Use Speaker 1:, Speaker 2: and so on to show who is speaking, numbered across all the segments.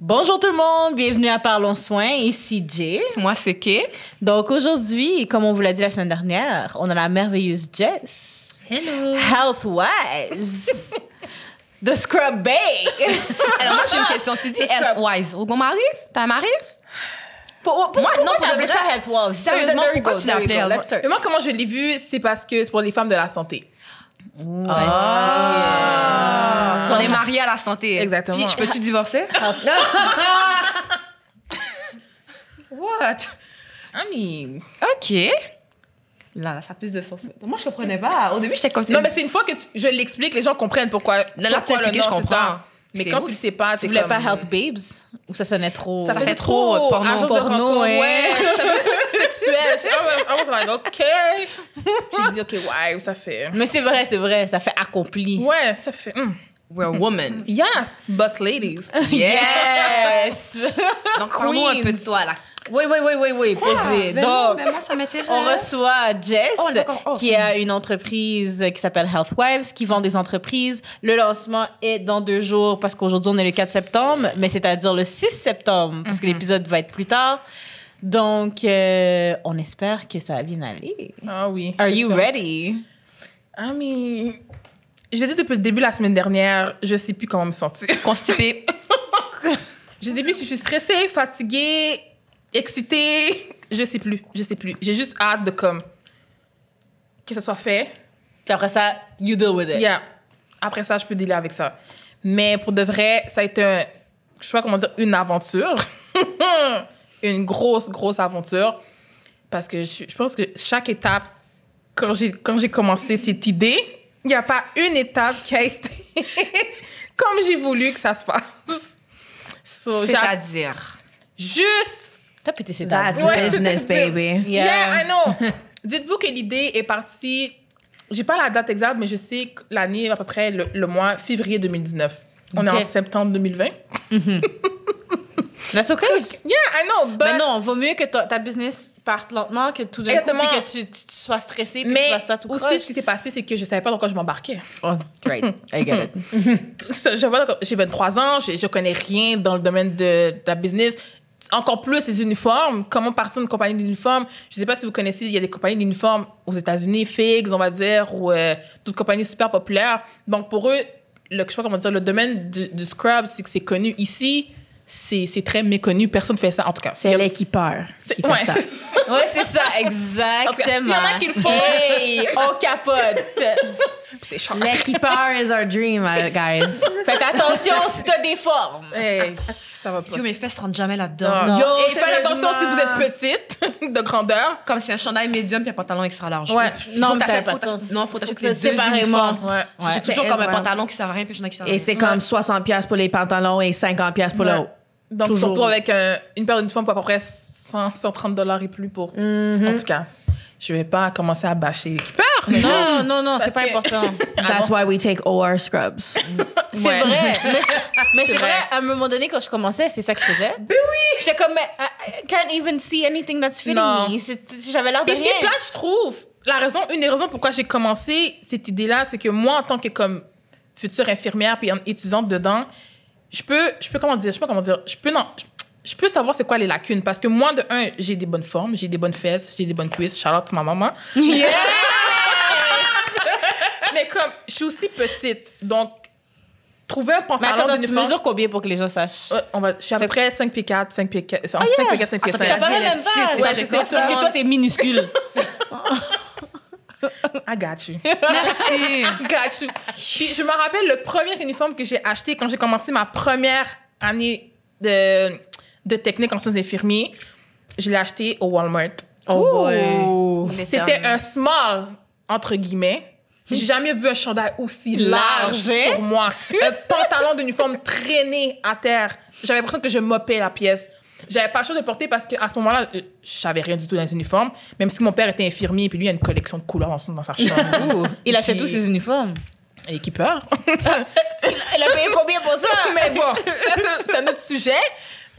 Speaker 1: Bonjour tout le monde, bienvenue à Parlons Soins, ici Jay.
Speaker 2: Moi, c'est Kay.
Speaker 1: Donc aujourd'hui, comme on vous l'a dit la semaine dernière, on a la merveilleuse Jess.
Speaker 3: Hello.
Speaker 1: Health Wives. The Scrub Bay.
Speaker 2: Alors, moi, j'ai une question. Tu dis Healthwise. Au mari? T'as un mari?
Speaker 1: Pour,
Speaker 2: Moi, non, pour de
Speaker 1: t'appelles
Speaker 2: vrai.
Speaker 1: ça Health Wives?
Speaker 2: Sérieusement,
Speaker 1: There you
Speaker 2: pourquoi
Speaker 1: go,
Speaker 2: tu
Speaker 1: there you
Speaker 2: l'appelais
Speaker 1: go,
Speaker 2: Health
Speaker 1: let's turn.
Speaker 3: Mais moi, comment je l'ai vu, c'est parce que c'est pour les femmes de la santé.
Speaker 2: Ah. Si on est marié à la santé.
Speaker 3: Exactement.
Speaker 2: Puis, je peux-tu divorcer? What?
Speaker 3: I mean.
Speaker 2: OK. Là, là, Ah, ça a plus de sens. Moi, je comprenais pas. Au début, j'étais comme...
Speaker 3: Non, mais c'est une fois que tu- je l'explique, les gens comprennent pourquoi.
Speaker 2: Là, là, tu
Speaker 3: pourquoi
Speaker 2: as
Speaker 3: le
Speaker 2: expliqué, je
Speaker 3: nom, c'est ça.
Speaker 2: comprends.
Speaker 3: Mais
Speaker 2: C'est
Speaker 3: quand
Speaker 2: beau,
Speaker 3: tu le
Speaker 2: c'est-
Speaker 3: sais pas,
Speaker 1: Tu
Speaker 3: c'est
Speaker 1: voulais
Speaker 3: comme-
Speaker 1: pas Health Babes? Ou ça sonnait trop?
Speaker 2: Ça fait trop, euh, porno.
Speaker 3: agence de
Speaker 1: Porno,
Speaker 3: rencontre,
Speaker 1: hein.
Speaker 3: ouais. Ça fait sexuel. I was like, OK. J'ai dit, OK, ouais, ça fait.
Speaker 1: Mais c'est vrai, c'est vrai, ça fait accompli.
Speaker 3: Ouais, ça fait. hmm.
Speaker 2: We're woman.
Speaker 3: Yes, boss ladies.
Speaker 2: Yeah!
Speaker 1: Yes!
Speaker 2: Donc, parle-nous un peu de toi, là.
Speaker 1: oui, oui, oui, oui,
Speaker 2: Ah,
Speaker 1: oui,
Speaker 2: ben
Speaker 1: posé. Donc,
Speaker 2: moi, ça m'intéresse.
Speaker 1: On reçoit Jess,
Speaker 2: Oh, d'accord. Oh.
Speaker 1: qui a une entreprise qui s'appelle Healthwives, qui vend des entreprises. Le lancement est dans deux jours, parce qu'aujourd'hui, on est le 4 septembre, mais c'est-à-dire le 6 septembre, parce que l'épisode va être plus tard. Donc, euh, on espère que ça va bien aller.
Speaker 3: Ah oui.
Speaker 1: Are you
Speaker 3: J'espère.
Speaker 1: ready?
Speaker 3: Ah, mais. Je l'ai dit depuis le début la semaine dernière, je sais plus comment me sentir.
Speaker 2: Constipée.
Speaker 3: Je sais plus si je suis stressée, fatiguée, excitée. Je sais plus, je sais plus. J'ai juste hâte de comme que ça soit fait.
Speaker 1: Puis après ça, you deal with it.
Speaker 3: Yeah. Après ça, je peux dealer avec ça. Mais pour de vrai, ça a été un, je sais pas comment dire, une aventure. une grosse, grosse aventure. Parce que je, je pense que chaque étape, quand j'ai, quand j'ai commencé cette idée, il n'y a pas une étape qui a été comme j'ai voulu que ça se passe. So, j'ai-
Speaker 2: C'est-à-dire...
Speaker 3: juste
Speaker 1: T'as pété ses
Speaker 3: That's
Speaker 1: dents.
Speaker 3: Ouais, business, baby.
Speaker 1: Yeah.
Speaker 3: Yeah, I know. Dites-vous que l'idée est partie. J'ai pas la date exacte, mais je sais que l'année, à peu près le, le mois février 2019. On est
Speaker 1: Ok.
Speaker 3: en septembre 2020. Yeah,
Speaker 1: That's okay.
Speaker 3: I know, but.
Speaker 1: Mais non, vaut mieux que ta, ta business parte lentement que tout d'un coup,
Speaker 3: Exactement.
Speaker 1: puis que tu, tu- tu sois stressé, puis tu
Speaker 3: Mais
Speaker 1: fasses ça tout
Speaker 3: aussi,
Speaker 1: croche.
Speaker 3: ce qui s'est passé, c'est que je savais pas dans quoi je m'embarquais.
Speaker 1: Oh, great. I get it.
Speaker 3: Ça, je vois, J'ai 23 ans, je, je connais rien dans le domaine de, de la business. Encore plus les uniformes. Comment partir d'une compagnie d'uniformes Je sais pas si vous connaissez, il y a des compagnies d'uniformes aux États-Unis, Figs, on va dire, ou euh, d'autres compagnies super populaires. Donc pour eux, le, je sais pas comment dire, le domaine du, du scrub, c'est que c'est connu ici. C'est c'est très méconnu. Personne fait ça, en tout cas.
Speaker 4: C'est l'équipeur qui fait
Speaker 3: ouais.
Speaker 4: ça.
Speaker 1: Ouais, c'est ça,
Speaker 3: En tout cas, s'il
Speaker 1: exactement.
Speaker 3: y en a qui le font-
Speaker 1: Hey, on capote.
Speaker 3: C'est cher.
Speaker 4: L'équipeur is our dream, uh, guys.
Speaker 1: Faites attention si t'as des formes.
Speaker 3: Hey, ça va pas.
Speaker 2: Yo, mes fesses rentrent jamais là-dedans.
Speaker 3: Non.
Speaker 1: Non.
Speaker 3: Yo,
Speaker 1: Et
Speaker 3: et faites attention si vous
Speaker 4: sérieusement.
Speaker 3: êtes petite, de grandeur.
Speaker 2: Comme c'est un chandail médium puis un pantalon extra large.
Speaker 3: Ouais.
Speaker 1: Non,
Speaker 2: Non,
Speaker 1: mais ça a pas de
Speaker 2: faut
Speaker 1: sens.
Speaker 2: t'ach- non, faut t'acheter
Speaker 1: Faut
Speaker 2: les
Speaker 1: que
Speaker 2: deux
Speaker 1: séparément.
Speaker 2: uniformes.
Speaker 3: Ouais.
Speaker 2: Parce que
Speaker 4: Ouais.
Speaker 2: J'ai toujours
Speaker 4: C'est
Speaker 2: comme un
Speaker 4: énorme.
Speaker 2: pantalon qui sert à rien puis un chandail qui sert à rien.
Speaker 4: Et c'est comme 60 pièces pour les pantalons et 50 pièces pour
Speaker 3: Ouais.
Speaker 4: l'autre.
Speaker 3: Donc,
Speaker 4: Toujours.
Speaker 3: surtout avec un- une paire d'uniformes pour à peu près 100, 130 dollars et plus pour. En tout cas, je vais pas commencer à bâcher l'équipeur. mais bon.
Speaker 1: Non, non, non, c'est pas
Speaker 3: Parce que-
Speaker 1: important.
Speaker 4: That's why we take OR scrubs.
Speaker 1: C'est
Speaker 3: Ouais.
Speaker 1: vrai. Mais, mais c'est
Speaker 3: C'est
Speaker 1: vrai.
Speaker 3: vrai.
Speaker 1: à un moment donné, quand je commençais, c'est ça que je faisais. Ben oui! J'étais comme, mais euh, I I can't even see anything that's fitting
Speaker 3: Non.
Speaker 1: me. C'est- J'avais l'air de
Speaker 3: Et ce qui est
Speaker 1: rien.
Speaker 3: plate, je trouve, la raison, une des raisons pourquoi j'ai commencé cette idée-là, c'est que moi, en tant que comme future infirmière puis en- étudiante dedans, je peux, je peux comment dire, je sais pas comment dire, je peux non, je, je peux savoir c'est quoi les lacunes parce que moi de un, j'ai des bonnes formes, j'ai des bonnes fesses, j'ai des bonnes cuisses, Charlotte ma maman. Mais comme je suis aussi petite, donc trouver un
Speaker 1: Mais attends,
Speaker 3: pantalon
Speaker 1: attends, tu
Speaker 3: d'uniforme.
Speaker 1: mesures combien pour que les gens sachent?
Speaker 3: Ouais, on va, je suis à
Speaker 1: C'est- Oh,
Speaker 3: peu près 5 pieds 4, 5 pieds 4, 5 pieds 4, 5 pieds
Speaker 2: Attends,
Speaker 3: 5.
Speaker 2: t'as
Speaker 1: Ça paraît
Speaker 2: dit la
Speaker 1: même pas.
Speaker 2: petite, ouais,
Speaker 1: c'est ça,
Speaker 2: je sais
Speaker 1: je sais, parce que toi, t'es minuscule.
Speaker 3: I got you.
Speaker 2: Merci.
Speaker 3: I got you. Puis je me rappelle le premier uniforme que j'ai acheté quand j'ai commencé ma première année de, de technique en soins infirmiers. Je l'ai acheté au Walmart.
Speaker 4: Oh boy.
Speaker 1: Ouh.
Speaker 3: C'était un small, entre guillemets. J'ai jamais vu un chandail aussi large,
Speaker 1: Large, hein?
Speaker 3: pour moi. Un pantalon d'uniforme traîné à terre. J'avais l'impression que je mopais la pièce. J'avais pas le choix de le porter parce qu'à ce moment-là, euh, je savais rien du tout dans les uniformes. Même si mon père était infirmier, puis lui, il a une collection de couleurs dans, son- dans sa chambre.
Speaker 1: Ouh. Il achète
Speaker 3: Puis-
Speaker 1: tous ses uniformes.
Speaker 3: Et qui peur.
Speaker 1: Elle a payé combien pour ça?
Speaker 3: Mais bon, ça, c'est- c'est un autre sujet.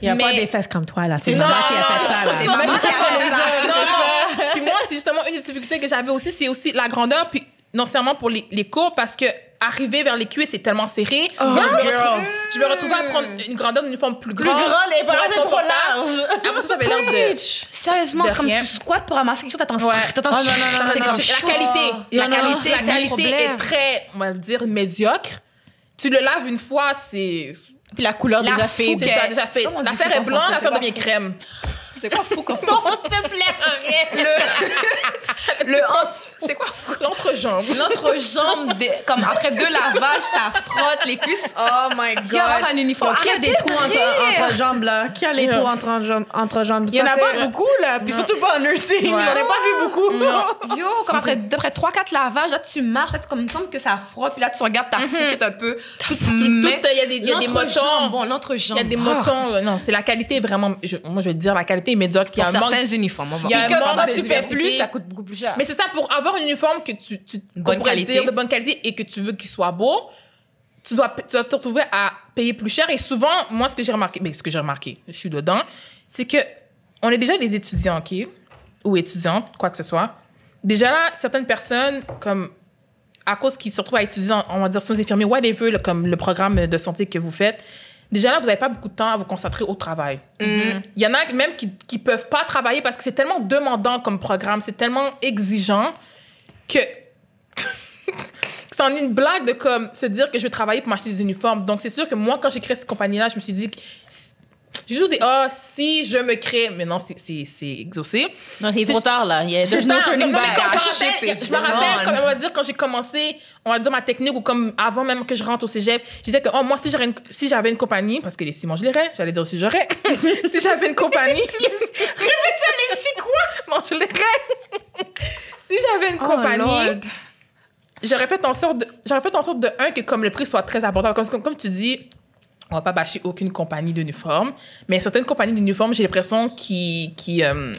Speaker 4: Il n'y a pas
Speaker 3: Mais-
Speaker 4: des fesses comme toi, là. C'est
Speaker 1: C'est
Speaker 4: maman
Speaker 1: ça.
Speaker 4: qui a fait ça,
Speaker 2: C'est
Speaker 4: là.
Speaker 2: maman qui a fait ça.
Speaker 3: Non, non. Puis moi, c'est justement une des difficultés que j'avais aussi, c'est aussi la grandeur, puis non seulement pour les, les cours, parce que arrivé vers les cuisses, c'est tellement serré.
Speaker 4: Oh,
Speaker 3: Donc, je, me
Speaker 4: girl.
Speaker 3: retrouve- je me retrouvais à prendre une grandeur d'uniforme plus
Speaker 1: Plus
Speaker 3: grande.
Speaker 1: grand, les
Speaker 3: pour
Speaker 1: bras,
Speaker 3: être
Speaker 1: c'est trop
Speaker 3: confortable.
Speaker 1: large.
Speaker 3: Après ça, j'avais l'air de.
Speaker 5: Sérieusement,
Speaker 3: De
Speaker 5: comme
Speaker 3: rien.
Speaker 5: tu squattes pour ramasser quelque chose, t'attends
Speaker 3: Ouais.
Speaker 5: t'attends
Speaker 3: Oh, non, non, non,
Speaker 5: t'es
Speaker 3: non,
Speaker 5: comme
Speaker 3: non.
Speaker 5: chaud.
Speaker 3: La qualité, la
Speaker 5: Non, non,
Speaker 3: qualité,
Speaker 5: la
Speaker 3: la qualité
Speaker 5: problème.
Speaker 3: est très, on va le dire, médiocre. Tu le laves une fois, c'est.
Speaker 1: Puis la couleur
Speaker 5: La
Speaker 1: déjà fait.
Speaker 5: fougue.
Speaker 3: C'est ça, déjà fait.
Speaker 5: Comment on dit
Speaker 3: L'affaire
Speaker 5: fou
Speaker 3: est
Speaker 5: en
Speaker 3: blanche,
Speaker 5: français,
Speaker 3: l'affaire
Speaker 5: c'est
Speaker 3: devient
Speaker 5: pas
Speaker 3: crème.
Speaker 2: C'est quoi fou comme
Speaker 1: Non, s'il te plaît, arrête.
Speaker 5: Le off, c'est quoi
Speaker 3: L'entrejambe.
Speaker 5: L'entrejambe, des- comme après deux lavages, ça frotte les cuisses.
Speaker 4: Oh my
Speaker 5: Il y a avoir un uniforme.
Speaker 4: Qui a
Speaker 5: Arrêtez
Speaker 4: des trous
Speaker 5: de
Speaker 4: entre,
Speaker 5: rire.
Speaker 4: entre jambes, là? Qui a les
Speaker 3: Yeah.
Speaker 4: trous entre, jambes- entre jambes?
Speaker 1: Il y en
Speaker 4: Ça,
Speaker 1: a
Speaker 4: c'est-
Speaker 3: euh,
Speaker 1: pas beaucoup, là. Puis surtout pas en nursing. J'en ai pas vu beaucoup.
Speaker 5: Yo, comme après d'après trois quatre lavages, là tu marches, là tu comme il me semble que ça frotte, puis là tu regardes ta fourquette un peu. Tout,
Speaker 3: Tout ça, il y a des- il y a des motons.
Speaker 5: Bon, l'entrejambe.
Speaker 3: Il y a des
Speaker 5: Ah.
Speaker 3: motons. Non, c'est la qualité vraiment. je- moi, je vais te dire, la qualité est médiocre. Il y
Speaker 5: Pour
Speaker 3: a un manque-
Speaker 5: certains uniformes, on va
Speaker 3: Il y a
Speaker 1: Et
Speaker 3: un
Speaker 1: que
Speaker 3: manque
Speaker 1: pendant
Speaker 3: de
Speaker 1: que tu paies plus,
Speaker 3: diversité.
Speaker 1: ça coûte beaucoup plus cher.
Speaker 3: Mais c'est ça, pour avoir un uniforme que tu, tu
Speaker 5: Bonne
Speaker 3: qu'on pourrait
Speaker 5: qualité.
Speaker 3: dire de bonne qualité et que tu veux qu'il soit beau, tu dois, pa- tu dois te retrouver à payer plus cher. Et souvent, moi, ce que j'ai remarqué, ben, ce que j'ai remarqué, je suis dedans, c'est que on est déjà des étudiants, OK? Ou étudiantes, quoi que ce soit. Déjà là, certaines personnes, comme à cause qu'ils se retrouvent à étudier, en- on va dire, sous infirmiers, whatever, le- comme le programme de santé que vous faites, déjà là, vous n'avez pas beaucoup de temps à vous concentrer au travail.
Speaker 5: Mm-hmm.
Speaker 3: Il y en a même qui ne peuvent pas travailler parce que c'est tellement demandant comme programme, c'est tellement exigeant que que c'en est une blague de comme se dire que je vais travailler pour m'acheter des uniformes. Donc c'est sûr que moi, quand j'ai créé cette compagnie-là, je me suis dit, que- j'ai toujours dit, ah, si je me crée, mais non, c'est- c'est c'est exaucé.
Speaker 1: Non, c'est
Speaker 3: C'est-
Speaker 1: trop tard, là. Il y a there's
Speaker 3: C'est
Speaker 1: no
Speaker 3: ça.
Speaker 1: turning
Speaker 3: Non, mais
Speaker 1: back.
Speaker 3: quand
Speaker 5: back.
Speaker 3: je me rappelle,
Speaker 5: Ship is
Speaker 3: Je me rappelle,
Speaker 5: gone.
Speaker 3: comme on va dire, quand j'ai commencé, on va dire ma technique ou comme avant même que je rentre au cégep, je disais que, oh, moi, si j'aurais une- si j'avais une, compagnie, parce que les ciments, je l'irais, j'allais dire aussi j'aurais. si j'avais une compagnie. Répète-le, si quoi? Moi, je l'irais. si j'avais une
Speaker 4: Oh,
Speaker 3: compagnie,
Speaker 4: Lord.
Speaker 3: j'aurais fait en sorte de, j'aurais fait en sorte de, un, que comme le prix soit très abordable. Comme, comme, comme tu dis, on va pas bâcher aucune compagnie d'uniforme, mais certaines compagnies d'uniformes, j'ai l'impression qui, qui, euh,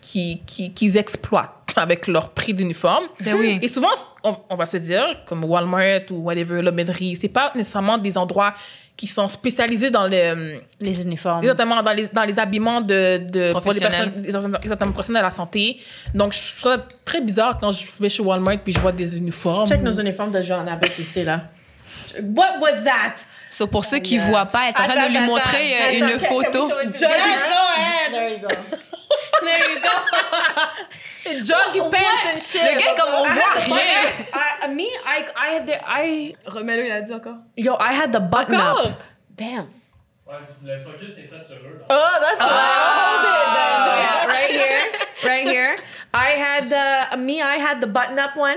Speaker 3: qui, qui, qu'ils exploitent avec leur prix d'uniforme.
Speaker 5: Ben oui.
Speaker 3: Et souvent, on, on va se dire, comme Walmart ou whatever, l'aumônerie, c'est pas nécessairement des endroits qui sont spécialisés dans le,
Speaker 1: Les uniformes.
Speaker 3: Exactement, dans les, dans les habillements de, de pour les
Speaker 5: Professionnels.
Speaker 3: personnes, exactement, exactement, professionnels à la santé. Donc, je trouve ça très bizarre quand je vais chez Walmart puis je vois des uniformes.
Speaker 4: Check nos uniformes de Jean avec ici, là. What was that?
Speaker 5: So, pour ceux
Speaker 3: Euh,
Speaker 5: qui voient pas, elle est en train de lui montrer euh, une photo.
Speaker 3: Joggy pants.
Speaker 1: There you go.
Speaker 3: Joggy pants and shit.
Speaker 5: Le gars, comme on voit rien.
Speaker 4: I, me, I, I had the, I,
Speaker 2: Remets-le, il a dit encore.
Speaker 3: Yo, I had the button up.
Speaker 4: damn.
Speaker 6: Ouais, le focus est fait sur eux. là.
Speaker 1: Oh, that's
Speaker 3: Ah,
Speaker 1: what I hold it.
Speaker 4: yeah, right here, right here. I had the me. I had the button-up one.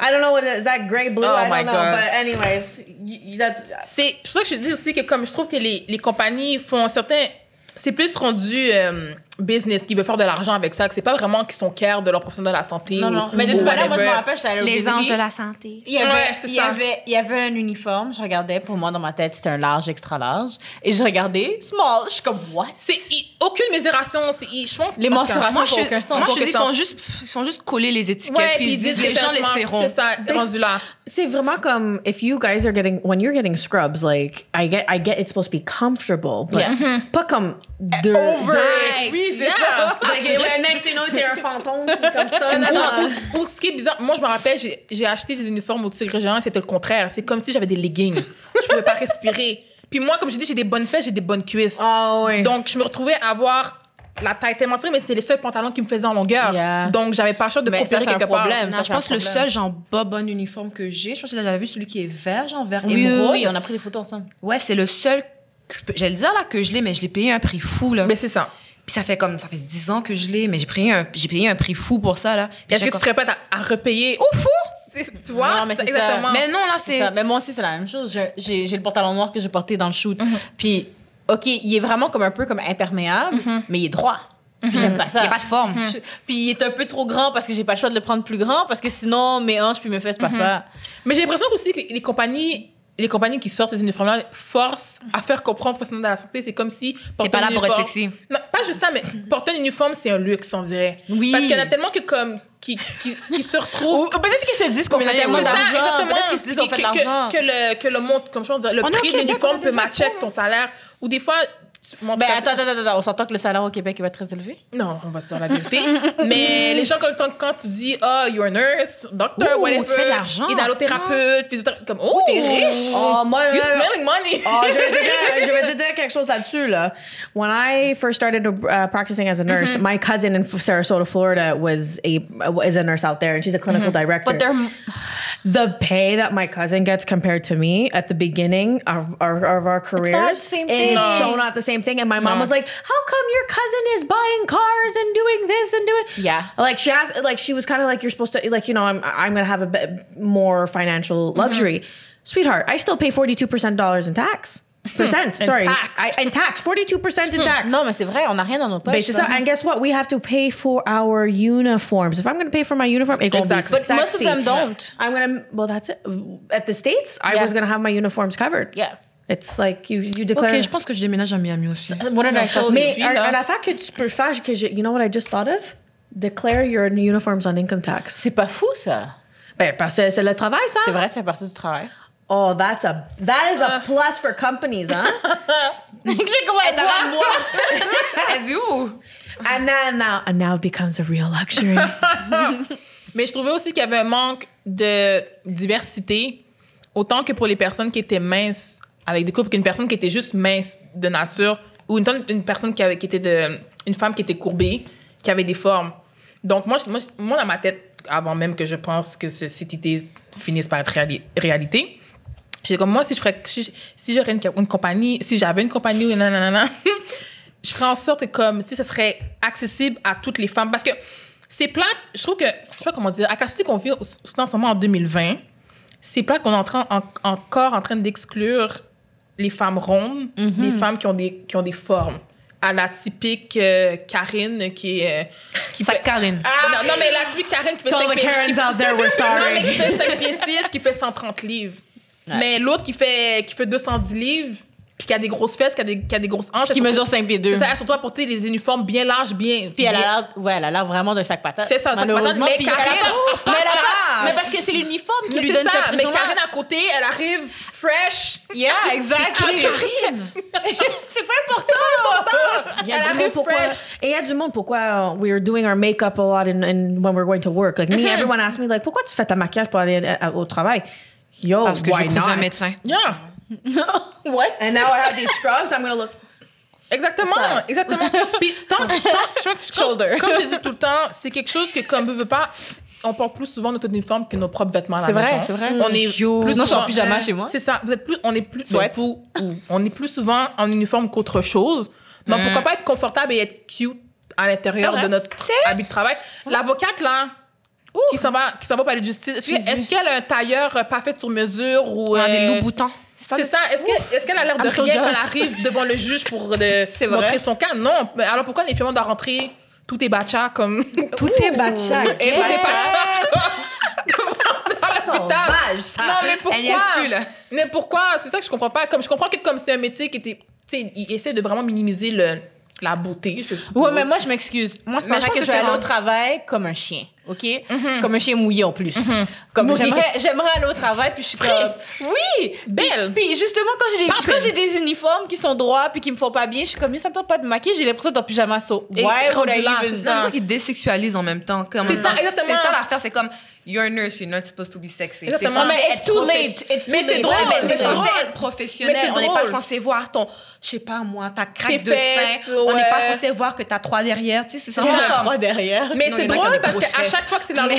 Speaker 4: I don't know what it is. That gray blue.
Speaker 3: Oh
Speaker 4: I
Speaker 3: my
Speaker 4: don't know.
Speaker 3: God.
Speaker 4: But anyways, you, you- that's
Speaker 3: C'est c'est pour ça que je dis aussi que comme je trouve que les, les compagnies font certains... C'est plus rendu euh, business qui veut faire de l'argent avec ça, que c'est pas vraiment qu'ils sont care de leur professionnel de la santé.
Speaker 1: Non,
Speaker 3: ou-
Speaker 1: non. Mais de
Speaker 3: ou
Speaker 1: toute manière, moi, je me
Speaker 3: whatever.
Speaker 1: rappelle, j'étais allée au
Speaker 5: Les
Speaker 1: Galerie.
Speaker 5: anges de la santé.
Speaker 1: Il y, avait,
Speaker 3: Ouais, c'est
Speaker 1: il, y
Speaker 3: ça.
Speaker 1: avait, il y avait un uniforme, je regardais, pour moi dans ma tête c'était un large, extra large, et je regardais small, je suis comme what?
Speaker 3: C'est i- aucune mesuration. c'est i- Je pense
Speaker 1: Les
Speaker 3: en tout cas,
Speaker 1: mensurations
Speaker 5: Moi,
Speaker 1: font aucun
Speaker 5: je,
Speaker 1: sens.
Speaker 5: moi, je
Speaker 1: Aucun
Speaker 5: dis, ils
Speaker 1: sens.
Speaker 5: font juste, ils font juste coller les étiquettes,
Speaker 3: Ouais,
Speaker 5: puis ils disent, les gens les serront.
Speaker 3: C'est ça,
Speaker 4: Ben,
Speaker 3: rendu là.
Speaker 4: c'est vraiment comme if you guys are getting when you're getting scrubs. Like I get, I get it's supposed to be comfortable, but
Speaker 1: Yeah.
Speaker 3: Mm-hmm.
Speaker 4: pas comme de,
Speaker 1: Over it.
Speaker 4: de-
Speaker 1: Oui, c'est
Speaker 3: Yeah.
Speaker 1: ça.
Speaker 4: Like, ouais, next you know, t'es un fantôme qui comme ça.
Speaker 3: Euh,
Speaker 4: là.
Speaker 3: Ou- ou- ou ce qui est bizarre, moi je me rappelle, j'ai- j'ai acheté des uniformes au Tigre Géant, c'était le contraire. C'est comme si j'avais des leggings. je pouvais pas respirer. Puis moi, comme je dis, j'ai des bonnes fesses, j'ai des bonnes cuisses.
Speaker 4: Ah oui.
Speaker 3: Donc je me retrouvais à avoir la taille tellement serrée, mais c'était les seuls pantalons qui me faisaient en longueur.
Speaker 1: Yeah.
Speaker 3: Donc j'avais pas le choix de
Speaker 1: Mais Ben, ça,
Speaker 3: coopérer
Speaker 1: c'est un
Speaker 3: quelque part.
Speaker 1: problème.
Speaker 5: Non,
Speaker 1: Ça,
Speaker 5: je
Speaker 1: c'est
Speaker 5: pense
Speaker 1: un
Speaker 5: que le
Speaker 1: problème.
Speaker 5: seul genre bas bon uniforme que j'ai, je pense que tu l'avais vu, celui qui est vert, genre vert
Speaker 1: Oui, oui,
Speaker 5: émeraude.
Speaker 1: oui, on a pris des photos ensemble.
Speaker 5: Ouais, c'est le seul. que je peux- J'allais dire là que je l'ai, mais je l'ai payé un prix fou là.
Speaker 3: Mais c'est ça.
Speaker 5: Puis ça fait comme ça fait 10 ans que je l'ai, mais j'ai payé un j'ai payé un prix fou pour ça là.
Speaker 3: Est-ce que tu
Speaker 5: J'ai
Speaker 3: serais prête à, à repayer?
Speaker 5: encore- Oh, fou
Speaker 3: C'est- Tu vois?
Speaker 1: Non, mais c'est ça.
Speaker 3: exactement.
Speaker 5: Mais non là
Speaker 1: C'est
Speaker 5: c'est
Speaker 1: ça. Mais moi aussi, c'est la même chose. Je- J'ai j'ai le pantalon noir que j'ai porté dans le shoot.
Speaker 5: Mhm.
Speaker 1: Puis, OK, il est vraiment comme un peu comme imperméable, mais il est droit. Puis J'aime pas
Speaker 5: Mhm. il
Speaker 1: ça.
Speaker 5: y a pas Mhm. de forme.
Speaker 3: Hmm.
Speaker 1: Je- Puis il est un peu trop grand parce que j'ai pas le choix de le prendre plus grand parce que sinon mes hanches puis mes fesses
Speaker 5: Mhm.
Speaker 1: passent pas.
Speaker 3: Mais j'ai l'impression aussi que les compagnies, les compagnies qui sortent ces uniformes-là forcent à faire comprendre aux professionnels de la santé. C'est comme si.
Speaker 5: T'es
Speaker 3: porter
Speaker 5: pas
Speaker 3: un
Speaker 5: là pour être
Speaker 3: uniforme-
Speaker 5: sexy.
Speaker 3: Non, pas juste ça, mais porter un uniforme, c'est un luxe, on dirait.
Speaker 1: Oui.
Speaker 3: Parce qu'il y en a tellement que, comme, qui, qui, qui se
Speaker 1: Ou
Speaker 3: retrouvent.
Speaker 1: peut-être qu'ils se disent qu'on fait tellement
Speaker 3: C'est ça,
Speaker 1: d'argent.
Speaker 3: exactement.
Speaker 1: Peut-être qu'ils se disent qu'on
Speaker 3: Que-
Speaker 1: fait de
Speaker 3: que-
Speaker 1: l'argent.
Speaker 3: Que, le, que le montant, comme je veux dire, le
Speaker 5: On est au
Speaker 3: prix de
Speaker 5: Québec, on a
Speaker 3: l'uniforme
Speaker 5: des
Speaker 3: peut matcher
Speaker 5: impôts,
Speaker 3: avec ton salaire. Ou des fois, Tu- mon
Speaker 1: Ben,
Speaker 3: cas,
Speaker 1: attends, attends, attends, on s'entend que le salaire au Québec il va être très élevé.
Speaker 3: Non, on va se dire la vérité. Mais les gens, quand, quand, quand tu dis, ah, you're a nurse, doctor,
Speaker 5: Ouh,
Speaker 3: whatever.
Speaker 5: tu fais de l'argent.
Speaker 3: Inhalothérapeute, physiothérapeute, comme, oh, t'es riche.
Speaker 4: Oh, moi,
Speaker 3: You
Speaker 4: là, là,
Speaker 3: smelling money.
Speaker 4: Oh, je vais te dire- je vais te dire quelque chose là-dessus, là. When I first started uh, practicing as a nurse,
Speaker 5: Mm-hmm.
Speaker 4: my cousin in Sarasota, Florida, was a is a nurse out there, and she's a clinical director.
Speaker 5: Mm-hmm. But they're
Speaker 4: the pay that my cousin gets compared to me at the beginning of our, of our careers
Speaker 1: not the same thing.
Speaker 4: is
Speaker 1: No.
Speaker 4: so not the same thing. And my mom
Speaker 3: No.
Speaker 4: was like, "How come your cousin is buying cars and doing this and doing?"
Speaker 1: Yeah.
Speaker 4: like she has, like she was kind of like, "You're supposed to, like, you know, I'm I'm gonna have a bit more financial
Speaker 1: Mm-hmm.
Speaker 4: luxury, sweetheart. I still pay forty two percent dollars in tax percent. sorry,
Speaker 3: tax.
Speaker 4: I, and tax forty two percent in tax.
Speaker 1: Non, mais c'est vrai, on n'a rien dans
Speaker 5: Ben,
Speaker 1: nos poches.
Speaker 4: But it's just- and guess what? We have to pay for our uniforms. If I'm going to pay for my uniform, it going to be
Speaker 3: Exactly.
Speaker 4: sexy.
Speaker 3: But
Speaker 1: most of them don't.
Speaker 4: I'm going to. Well, that's it. At the states, I
Speaker 1: Yeah.
Speaker 4: was going to have my uniforms covered.
Speaker 1: Yeah.
Speaker 4: It's like you you declare.
Speaker 5: Ok, je pense que je déménage à Miami aussi.
Speaker 4: What did I
Speaker 3: ça
Speaker 4: say? Mais
Speaker 3: suffit,
Speaker 4: un,
Speaker 3: là.
Speaker 4: un affaire que tu peux faire, que j'ai- you know what I just thought of? Declare your uniforms on income tax.
Speaker 1: C'est pas fou, ça.
Speaker 4: Ben, parce que c'est le travail, ça.
Speaker 1: C'est vrai, Ah. c'est partie du travail.
Speaker 4: Oh, that's a that is a plus for companies, hein?
Speaker 1: J'ai
Speaker 3: Eh,
Speaker 1: compris.
Speaker 5: T'arrêtes moi. Elle dit où?
Speaker 4: and now, now, and now it becomes a real luxury.
Speaker 3: Mais je trouvais aussi qu'il y avait un manque de diversité, autant que pour les personnes qui étaient minces avec des couples qu'une personne qui était juste mince de nature ou une, tonne- une personne qui, avait, qui était de, une femme qui était courbée, qui avait des formes. Donc moi, je- moi, je- moi dans ma tête, avant même que je pense que ce cette idée finisse par être réali- réalité, j'ai comme moi si je ferais si, si j'aurais une, une compagnie, si j'avais une compagnie ou nanana, je ferais en sorte que comme si ça serait accessible à toutes les femmes parce que c'est plate, je trouve que je sais pas comment dire, à la société qu'on vit au- surtout en ce moment en 2020, c'est plate qu'on est en train- en- encore en train d'exclure les femmes rondes, les femmes qui ont des qui ont des formes à la typique euh, Karine qui est euh, qui
Speaker 5: Ça,
Speaker 3: fait-
Speaker 5: Karine.
Speaker 3: non, non, mais la typique Karine qui fait
Speaker 4: To all
Speaker 3: 5
Speaker 4: the Karens out there, we're
Speaker 3: non, mais
Speaker 4: sorry.
Speaker 3: qui fait 5 pieds 6, qui fait 130 livres. Mais l'autre qui fait, qui fait 210 livres, puis qui a des grosses fesses, qui a des, qui a des grosses hanches.
Speaker 1: Qui
Speaker 3: elle
Speaker 1: mesure
Speaker 3: surtout-
Speaker 1: 5 pieds 2.
Speaker 3: C'est ça, elle surtout à porter les uniformes bien larges, bien.
Speaker 1: Puis elle a
Speaker 3: bien-
Speaker 1: l'air, ouais, elle a l'air vraiment d'un sac patate.
Speaker 3: C'est ça, un sac
Speaker 1: Malheureusement,
Speaker 3: patate, mais
Speaker 1: puis elle a
Speaker 3: Karine-
Speaker 1: pas-
Speaker 3: Oh,
Speaker 1: mais elle a
Speaker 3: patate!
Speaker 1: pas- mais parce que c'est l'uniforme qui
Speaker 3: Mais
Speaker 1: lui
Speaker 3: c'est
Speaker 1: donne
Speaker 3: ça,
Speaker 1: cette
Speaker 3: mais
Speaker 1: pression-là.
Speaker 3: Karine à côté, elle arrive fresh.
Speaker 1: Yeah, exactly.
Speaker 5: Karine!
Speaker 1: C'est pas important.
Speaker 4: Il y a
Speaker 3: Elle
Speaker 4: du
Speaker 3: arrive
Speaker 4: monde pourquoi.
Speaker 3: fresh.
Speaker 4: Et il y a du monde pourquoi uh, we're doing our makeup a lot in, in, when we're going to work. Like me, everyone asks me like, pourquoi tu fais ta maquillage pour aller à- au travail? Yo,
Speaker 5: Parce que
Speaker 4: why
Speaker 5: j'ai cousin
Speaker 4: not?
Speaker 5: un médecin.
Speaker 3: Yeah.
Speaker 1: What?
Speaker 4: And now I have these scrubs. I'm gonna look.
Speaker 3: Exactement,
Speaker 4: Ça.
Speaker 3: exactement. Puis tant, tant que je crois que- comme, comme je dis tout le temps, c'est quelque chose que comme veut, veut pas, on porte plus souvent notre uniforme que nos propres vêtements à la
Speaker 1: C'est vrai,
Speaker 3: maison.
Speaker 1: c'est vrai.
Speaker 3: On est
Speaker 5: Yo.
Speaker 3: plus
Speaker 1: Sinon, je suis en
Speaker 3: souvent-
Speaker 1: pyjama chez moi.
Speaker 3: C'est ça. Vous êtes plus, on est plus,
Speaker 1: Sweat.
Speaker 3: ben, vous ou- on est plus souvent en uniforme qu'autre chose. Donc pourquoi pas être confortable et être cute à
Speaker 1: C'est
Speaker 3: l'intérieur
Speaker 1: vrai.
Speaker 3: de notre habit de travail. L'avocate là. Qui s'en va, qui s'en va au palais de justice. Est-ce que- est-ce qu'elle a un tailleur euh, parfait sur mesure ou
Speaker 5: On a des
Speaker 3: euh,
Speaker 5: loups-boutons.
Speaker 3: c'est ça. Est-ce que- est-ce qu'elle a l'air de
Speaker 1: I'm so
Speaker 3: rien quand elle
Speaker 1: jealous.
Speaker 3: arrive devant le juge pour euh,
Speaker 1: C'est vrai.
Speaker 3: montrer son cas? Non. Mais Alors pourquoi les filles doivent rentrer tout est batcha comme. Tout
Speaker 5: Tout est batcha.
Speaker 1: Et
Speaker 3: est
Speaker 1: voilà.
Speaker 3: batcha comme. comme dans l'hôpital. Non, mais
Speaker 5: Elle n'y reste
Speaker 3: pourquoi?
Speaker 5: plus, là.
Speaker 3: Mais pourquoi? C'est ça que je comprends pas. Comme je comprends que comme c'est un métier qui était. Tu sais, il essaie de vraiment minimiser le, la beauté. Je suppose.
Speaker 1: Ouais, mais moi, je m'excuse. Moi, c'est Mm-hmm.
Speaker 5: Mais
Speaker 1: pas
Speaker 5: je
Speaker 1: vrai
Speaker 5: pense
Speaker 1: que
Speaker 5: que
Speaker 1: je vais
Speaker 5: c'est
Speaker 1: aller au
Speaker 5: rare.
Speaker 1: travail comme un chien, OK? Comme un chien mouillé, en plus. Comme
Speaker 3: Mouillé.
Speaker 1: j'aimerais, j'aimerais aller au travail, puis je suis comme... Oui!
Speaker 3: Belle.
Speaker 1: Puis justement, quand j'ai, des,
Speaker 3: Parfait.
Speaker 1: quand j'ai des uniformes qui sont droits puis qui me font pas bien, je suis comme, Mais ça me tente pas de me maquiller, j'ai l'impression d'être en pyjama saut.
Speaker 3: Et
Speaker 1: Why would
Speaker 3: rendu
Speaker 1: I
Speaker 3: là,
Speaker 1: even...
Speaker 3: c'est
Speaker 5: C'est ça qu'ils désexualisent en même temps. Comme-
Speaker 3: C'est ça, exactement.
Speaker 5: C'est ça l'affaire, c'est comme you're a nurse, you're not supposed to be sexy. T'es
Speaker 3: Exactement.
Speaker 5: censée
Speaker 1: Mais
Speaker 5: être
Speaker 1: it's too
Speaker 5: professe-
Speaker 1: late. It's too
Speaker 3: Mais
Speaker 1: late.
Speaker 3: c'est drôle,
Speaker 5: Ouais, mais
Speaker 3: mais
Speaker 5: t'es
Speaker 3: c'est
Speaker 5: censée
Speaker 3: drôle.
Speaker 5: être professionnelle.
Speaker 3: Mais
Speaker 5: On
Speaker 3: c'est
Speaker 5: n'est pas
Speaker 3: drôle.
Speaker 5: censé voir ton, je sais pas moi, ta
Speaker 3: Tes
Speaker 5: craque de sein.
Speaker 3: fesses,
Speaker 5: On n'est pas
Speaker 3: ouais.
Speaker 5: censé voir que t'as trois derrière. Tu sais, c'est
Speaker 1: Il y
Speaker 5: censé
Speaker 1: en a
Speaker 5: comme-
Speaker 1: trois derrière.
Speaker 3: Mais
Speaker 5: Non,
Speaker 3: c'est
Speaker 5: il y en a qui ont
Speaker 3: drôle
Speaker 5: des
Speaker 3: parce
Speaker 5: grosses
Speaker 3: qu'à chaque
Speaker 5: fesses.
Speaker 3: fois que c'est l'Halloween,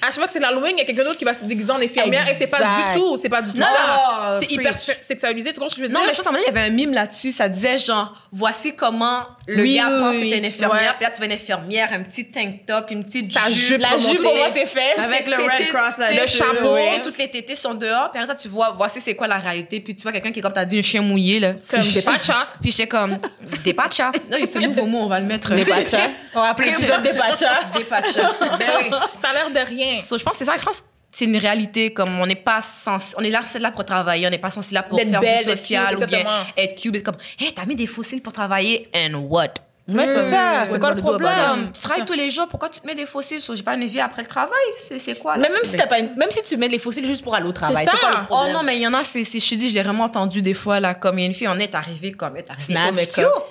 Speaker 3: à chaque fois que c'est l'Halloween, il y a quelqu'un d'autre qui va se déguiser en infirmière et c'est pas
Speaker 1: Exact.
Speaker 3: du tout, c'est pas du tout
Speaker 5: Non,
Speaker 3: ça.
Speaker 4: non,
Speaker 3: c'est
Speaker 4: preach.
Speaker 3: hyper sexualisé, tu comprends ce que je veux
Speaker 5: Non,
Speaker 3: dire?
Speaker 5: mais je pense qu'à un moment, il y avait un mime là-dessus. Ça disait genre, voici comment le
Speaker 1: Oui,
Speaker 5: gars
Speaker 1: oui,
Speaker 5: pense
Speaker 1: oui.
Speaker 5: que t'es une infirmière.
Speaker 3: Ouais.
Speaker 5: Puis là, tu vas une infirmière, un petit tank top, une petite
Speaker 3: Sa
Speaker 5: jupe.
Speaker 3: jupe
Speaker 1: La
Speaker 3: pour
Speaker 1: jupe,
Speaker 3: montrer.
Speaker 1: pour moi, c'est fesses.
Speaker 5: Avec le
Speaker 4: Red Cross là-dessus,
Speaker 5: le chapeau,
Speaker 3: ouais.
Speaker 5: Tu sais, toutes les tétés sont dehors, puis après ça tu vois, voici c'est quoi la réalité, puis tu vois quelqu'un qui est comme t'as dit un chien mouillé là.
Speaker 3: Comme des pachas.
Speaker 5: Puis j'étais comme des patchas. Là, c'est un nouveau mot, on va le mettre.
Speaker 1: Des patchas. On va appeler l'épisode des patchas.
Speaker 5: Des patchas. Ben oui.
Speaker 3: T'as l'air de rien.
Speaker 5: So, je pense que c'est ça, je pense que c'est une réalité comme on n'est pas censé on est là c'est là pour travailler on n'est pas censé là pour
Speaker 3: D'être
Speaker 5: faire
Speaker 3: belle,
Speaker 5: du
Speaker 3: d'être
Speaker 5: social
Speaker 3: cute,
Speaker 5: ou bien
Speaker 3: exactement.
Speaker 5: être cube comme hey t'as mis des fossiles pour travailler and what
Speaker 1: Mais c'est ça, c'est quoi Mm. le problème?
Speaker 5: Comme, tu travailles tous les jours, pourquoi tu te mets des fossiles? So, J'ai pas une vie après le travail, c'est c'est quoi? là?
Speaker 1: Mais même si, t'as pas une- même si tu mets les fossiles juste pour aller au travail,
Speaker 3: ça.
Speaker 1: c'est quoi le
Speaker 5: Oh
Speaker 1: problème?
Speaker 5: non, mais il y en a, c'est c'est- je te dis, je l'ai vraiment entendu des fois, là, comme il y a une fille, on est arrivée comme, elle est arrivée
Speaker 1: Snatch,
Speaker 5: au make-up.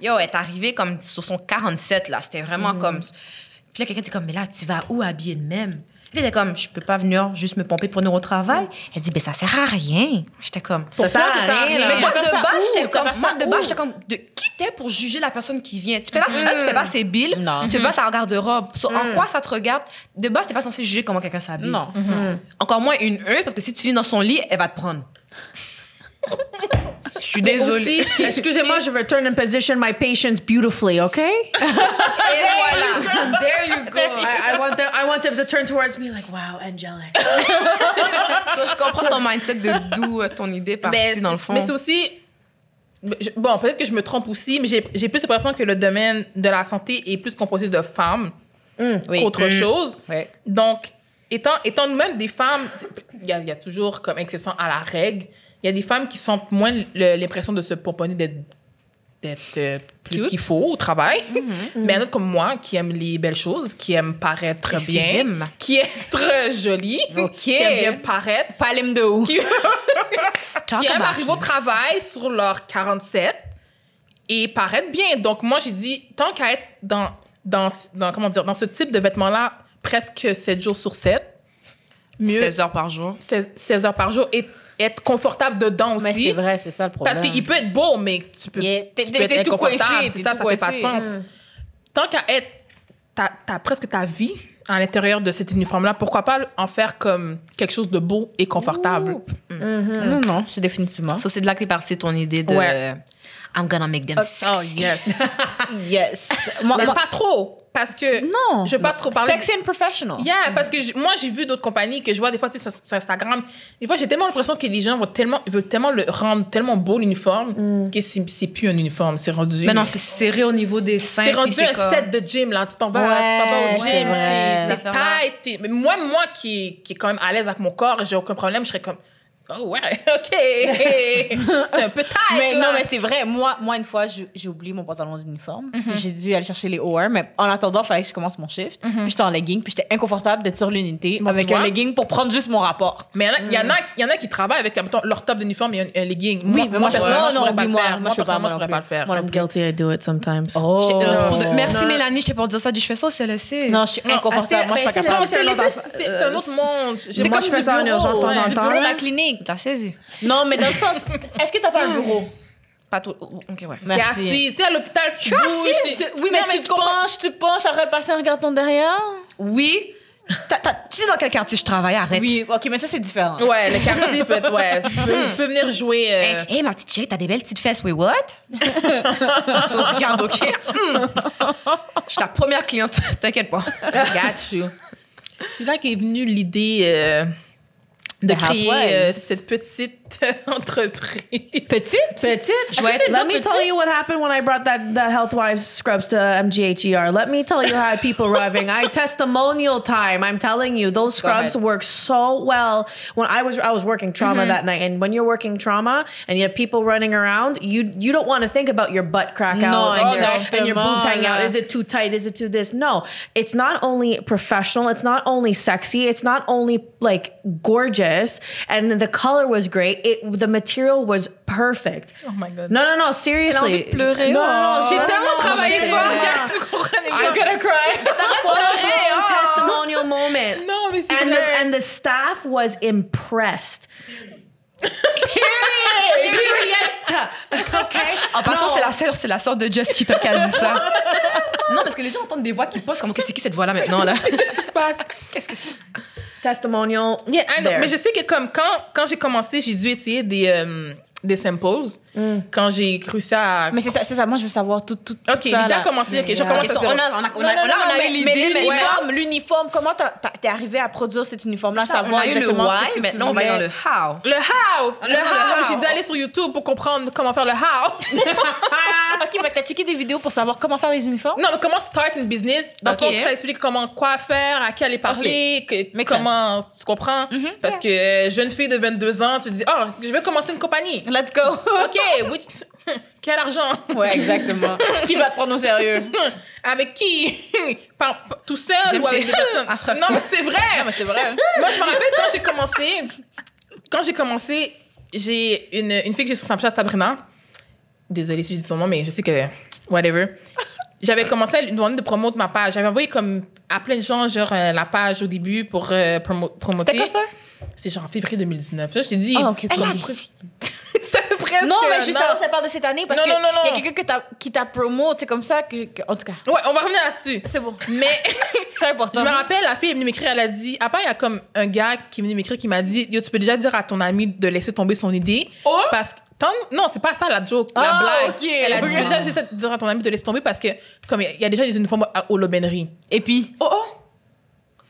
Speaker 5: Yo, elle est arrivée comme sur son 47, là, c'était
Speaker 1: Mhm.
Speaker 5: vraiment comme... Puis là, quelqu'un était comme, mais là, tu vas où habiller de même? Puis elle était comme, je peux pas venir juste me pomper pour venir au travail. Elle dit, ben ça sert à rien. J'étais comme...
Speaker 3: Ça sert à rien, là.
Speaker 5: Mais moi,
Speaker 1: tu vas
Speaker 5: de
Speaker 1: faire ça
Speaker 5: base,
Speaker 1: où? Tu
Speaker 5: j'étais
Speaker 1: vas
Speaker 5: comme,
Speaker 1: faire
Speaker 5: moi,
Speaker 1: ça
Speaker 5: de
Speaker 1: où?
Speaker 5: base, j'étais comme, de qui t'es pour juger la personne qui vient? Tu peux pas, un, tu peux pas ses billes,
Speaker 1: Hmm. Non. Hmm.
Speaker 5: tu peux pas sa garde-robe. So, En quoi ça te regarde? De base, t'es pas censé juger comment quelqu'un s'habille. Hmm.
Speaker 1: Non. Hmm.
Speaker 5: Encore moins une E, parce que si tu lis dans son lit, elle va te prendre.
Speaker 4: Je suis désolée. Excusez-moi, je return and position my patients beautifully, okay?
Speaker 5: Et voilà. There you go.
Speaker 4: I, I want them. I want them to turn towards me like, wow, angelic.
Speaker 5: So, je comprends ton mindset de d'où euh, ton idée est partie,
Speaker 1: Ben,
Speaker 3: Mais-
Speaker 5: dans le fond.
Speaker 3: Mais c'est aussi. je- Bon, peut-être que je me trompe aussi, mais j'ai j'ai plus l'impression que le domaine de la santé est plus composé de femmes
Speaker 1: Oui.
Speaker 3: qu'autre chose.
Speaker 1: Ouais.
Speaker 3: Donc, étant, étant nous-mêmes des femmes, il y, a- il y a toujours comme exception à la règle, il y a des femmes qui sentent moins le- l'impression de se pomponner d'être d'être euh, plus
Speaker 1: Cute. Mm-hmm.
Speaker 3: qu'il faut au travail. Mais un autre comme moi, qui aime les belles choses, qui aime paraître
Speaker 5: Excusez-moi.
Speaker 3: bien, qui est très jolie,
Speaker 1: Ok.
Speaker 3: qui aime bien paraître,
Speaker 1: Palem de où?
Speaker 5: Talk
Speaker 3: qui aiment
Speaker 5: about
Speaker 3: arriver au
Speaker 5: it.
Speaker 3: travail sur leur 47 et paraître bien. Donc, moi, j'ai dit, tant qu'à être dans, dans, dans- comment dire, dans ce type de vêtements-là, presque 7 jours sur 7, mieux 16,
Speaker 5: 16 heures par jour.
Speaker 3: 16 heures par jour et être confortable dedans
Speaker 1: Mais c'est
Speaker 3: aussi.
Speaker 1: vrai, c'est ça le problème.
Speaker 3: Parce qu'il peut être beau, mais tu peux,
Speaker 1: Yeah. T'es-
Speaker 3: tu
Speaker 1: t'es-
Speaker 3: peux
Speaker 1: t'es
Speaker 3: être
Speaker 1: tout coincé,
Speaker 3: inconfortable.
Speaker 1: t'es
Speaker 3: C'est ça,
Speaker 1: tout
Speaker 3: ça fait pas de
Speaker 1: coincé.
Speaker 3: sens. Mm. Tant qu'à être, t'as t'as presque ta vie à l'intérieur de cet uniforme-là, pourquoi pas en faire comme quelque chose de beau et confortable?
Speaker 1: Non, non, c'est définitivement.
Speaker 5: So, c'est de là que t'es partie ton idée de
Speaker 3: Ouais.
Speaker 5: I'm gonna make them sexy.
Speaker 3: Oh, yes.
Speaker 1: Yes. Moi-
Speaker 3: Mais
Speaker 1: moi-
Speaker 3: pas trop, parce que...
Speaker 1: non.
Speaker 3: Je vais pas trop parler...
Speaker 1: Sexy and professional.
Speaker 3: Yeah, parce que j- moi, j'ai vu d'autres compagnies que je vois des fois tu sais, sur, sur Instagram. Des fois, j'ai tellement l'impression que les gens vont tellement, veulent tellement le rendre tellement beau, l'uniforme, que c'est c'est plus un uniforme. C'est rendu...
Speaker 5: Mais non, c'est serré au niveau des seins.
Speaker 3: C'est
Speaker 5: puis
Speaker 3: rendu
Speaker 5: c'est
Speaker 3: un
Speaker 5: comme-
Speaker 3: set de gym, là. Tu t'en vas, tu t'en vas au
Speaker 4: Ouais, c'est
Speaker 3: gym.
Speaker 4: vrai.
Speaker 3: c'est- C'est
Speaker 5: Cette affaire-là.
Speaker 3: tight. t'es- Mais moi, moi qui, qui est quand même à l'aise avec mon corps, j'ai aucun problème, je serais comme... Oh ouais, OK. c'est un peu tight,
Speaker 1: Mais
Speaker 3: là.
Speaker 1: non, mais c'est vrai. Moi, moi une fois, j'ai j'ai oublié mon pantalon d'uniforme. J'ai dû aller chercher les OR, mais en attendant, il fallait que je commence mon shift. Puis j'étais en legging, puis j'étais inconfortable d'être sur l'unité
Speaker 3: Bon,
Speaker 1: avec
Speaker 3: tu
Speaker 1: un
Speaker 3: vois.
Speaker 1: legging pour prendre juste mon rapport.
Speaker 3: Mais il y, en a- il y en a qui travaillent avec mettons, leur top d'uniforme et un, un legging. Oui,
Speaker 1: mais moi, je- non, non,
Speaker 3: pas le
Speaker 1: oublie-moi.
Speaker 3: faire.
Speaker 1: Moi, je peux pas,
Speaker 3: personnellement,
Speaker 1: moi
Speaker 3: je
Speaker 1: non
Speaker 3: pourrais pas le
Speaker 1: plus.
Speaker 3: faire.
Speaker 1: Moi
Speaker 4: I'm guilty. I do it sometimes.
Speaker 1: Oh.
Speaker 5: J'étais- euh, pour de- Merci
Speaker 4: Non.
Speaker 5: Mélanie, j'étais pour dire ça. Je dis, je fais ça au CLSC.
Speaker 1: Non, je suis inconfortable. Moi, je suis pas
Speaker 4: c'est-
Speaker 1: capable.
Speaker 4: c'est- c'est-
Speaker 3: Mais c'est- c'est- C'est un autre monde.
Speaker 4: C'est comme je fais ça en urgence de temps en
Speaker 1: Du
Speaker 4: temps.
Speaker 1: bureau à
Speaker 4: là.
Speaker 1: la clinique.
Speaker 5: T'as saisi?
Speaker 1: Non, mais dans le sens, est-ce que t'as pas un bureau?
Speaker 5: Pas tout. Ok, ouais.
Speaker 3: T'es
Speaker 1: Merci.
Speaker 3: assise, tu sais, à l'hôpital, tu
Speaker 1: Tu
Speaker 3: bouges.
Speaker 1: es assise?
Speaker 3: t'es-
Speaker 1: Ah, Oui, mais,
Speaker 3: Non,
Speaker 1: tu, te penches, tu te penches, arrête de passer un regard ton derrière.
Speaker 5: Oui. T'as- t'as- Tu sais dans quel quartier je travaille? Arrête.
Speaker 1: Oui, ok, mais ça, c'est différent.
Speaker 3: Ouais, le quartier peut être, ouais. Tu peux- tu peux venir jouer. euh,
Speaker 5: Hey, hey, ma petite chérie, t'as des belles petites fesses. Oui, what? so, regarde, OK? Hmm. Je suis ta première cliente. T'inquiète pas.
Speaker 3: Got you. C'est là qu'est venue l'idée euh, de
Speaker 1: The
Speaker 3: créer
Speaker 1: Housewives.
Speaker 3: euh, cette petite entreprise.
Speaker 1: Petite?
Speaker 4: Petit,
Speaker 5: vais être
Speaker 4: let me tell you what happened when I brought that, that health wise scrubs to MGHER. E Let me tell you how I had people arriving. I had testimonial time. I'm telling you, those scrubs
Speaker 1: ahead. Mm-hmm.
Speaker 4: work so well. When I was I was working trauma that night, and when you're working trauma and you have people running around, you you don't want to think about your butt crack out
Speaker 1: No,
Speaker 4: and, your, and your boobs hanging out.
Speaker 1: exactement.
Speaker 4: Is it too tight? Is it too this? No, it's not only professional. It's not only sexy. It's not only like gorgeous. And the color was great. It the material was perfect.
Speaker 3: Oh my God.
Speaker 4: No, no, no, seriously.
Speaker 5: envie de pleurer.
Speaker 4: Non, non, non, j'ai
Speaker 3: Oh,
Speaker 4: tellement travaillé
Speaker 3: travailler
Speaker 4: pour
Speaker 3: fort,
Speaker 4: ça.
Speaker 3: regarde, tu comprends?
Speaker 1: She's gonna cry.
Speaker 4: testimonial moment.
Speaker 3: Non, mais c'est
Speaker 4: And the,
Speaker 3: vrai.
Speaker 4: and the staff was impressed. Period. okay.
Speaker 5: En passant,
Speaker 4: Non.
Speaker 5: c'est la sœur, c'est la sœur de Jess qui t'a qu'a dit ça. non, parce que les gens entendent des voix qui posent comme, OK, c'est qui cette voix-là maintenant, là? Qu'est-ce que c'est?
Speaker 4: Testimonial.
Speaker 3: Yeah, I know.
Speaker 4: there.
Speaker 3: Mais je sais que comme quand, quand j'ai commencé, j'ai dû essayer des, euh, des samples. Quand j'ai cru ça à...
Speaker 1: Mais c'est ça, c'est ça, moi, je veux savoir tout, tout, tout
Speaker 3: OK,
Speaker 1: ça,
Speaker 3: l'idée a
Speaker 1: là. Euh,
Speaker 3: commencé. OK, je
Speaker 5: Ok,
Speaker 3: commence à
Speaker 5: so, on
Speaker 3: zéro.
Speaker 5: a, on a, on a, on a- on a eu l'idée, mais,
Speaker 1: l'uniforme, l'uniforme, comment t'as- t'as- t'es arrivé à produire cet uniforme-là,
Speaker 5: on
Speaker 1: savoir
Speaker 5: a eu le
Speaker 1: exactement
Speaker 5: why,
Speaker 1: qu'est-ce que tu
Speaker 5: maintenant on va aller dans
Speaker 1: voulais?
Speaker 5: le how.
Speaker 3: Le how!
Speaker 5: a
Speaker 3: Le
Speaker 5: dit le
Speaker 3: how!
Speaker 5: how.
Speaker 3: J'ai dû aller sur YouTube pour comprendre comment faire le how.
Speaker 1: Ah, ok, fait que t'as checké des vidéos pour savoir comment faire les uniformes?
Speaker 3: non, mais comment start une business. Dans le
Speaker 5: Ok.
Speaker 3: fond, ça explique comment, quoi faire, à qui aller parler, que-
Speaker 1: Make
Speaker 3: comment... Tu comprends? Ah, Parce que euh, jeune fille de 22 ans, tu dis « Oh, je veux commencer une compagnie.
Speaker 1: Let's go! »
Speaker 3: OK, which- Quel argent?
Speaker 1: Ouais, exactement. Qui va te prendre au sérieux?
Speaker 3: Avec qui? Par- par- tout seul
Speaker 5: J'aime
Speaker 3: ou avec
Speaker 5: ces-
Speaker 3: des personnes?
Speaker 5: Après-
Speaker 3: non, mais c'est vrai!
Speaker 1: mais c'est vrai.
Speaker 3: Moi, je me rappelle quand j'ai commencé, quand j'ai commencé, j'ai une, une fille que j'ai sur Snapchat, Sabrina. Désolée si je dis ton nom, mais je sais que whatever. J'avais commencé à lui demander de promouvoir ma page. J'avais envoyé comme à plein de gens genre euh, la page au début pour euh, promo- promoter.
Speaker 1: C'était quoi ça?
Speaker 3: C'est genre en février 2019. Ça, je t'ai dit.
Speaker 1: Ah, ok,
Speaker 3: comme- C'est à peu près ce
Speaker 1: Non,
Speaker 3: que-
Speaker 1: mais je veux
Speaker 3: non.
Speaker 1: savoir si ça parle de cette année parce
Speaker 3: Non,
Speaker 1: qu'il
Speaker 3: non, non,
Speaker 1: y a
Speaker 3: non.
Speaker 1: quelqu'un que t'as- qui t'a promo, tu sais, comme ça. que- que- en tout cas,
Speaker 3: Ouais, on va revenir là-dessus.
Speaker 1: c'est bon.
Speaker 3: Mais
Speaker 1: C'est
Speaker 3: Je
Speaker 1: important.
Speaker 3: me rappelle, la fille est venue m'écrire, elle a dit, à part, il y a comme un gars qui est venu m'écrire qui m'a dit, yo, tu peux déjà dire à ton ami de laisser tomber son idée. Parce que, tant- non, c'est pas ça la joke, la
Speaker 1: Oh? Ah,
Speaker 3: blague.
Speaker 1: ok.
Speaker 3: Elle a dit,
Speaker 1: Ok.
Speaker 3: Tu peux déjà laisser- dire à ton ami de laisser tomber parce que, comme il y a déjà des uniformes à- aux l'aubainerie.
Speaker 1: Et puis.
Speaker 3: Oh, oh.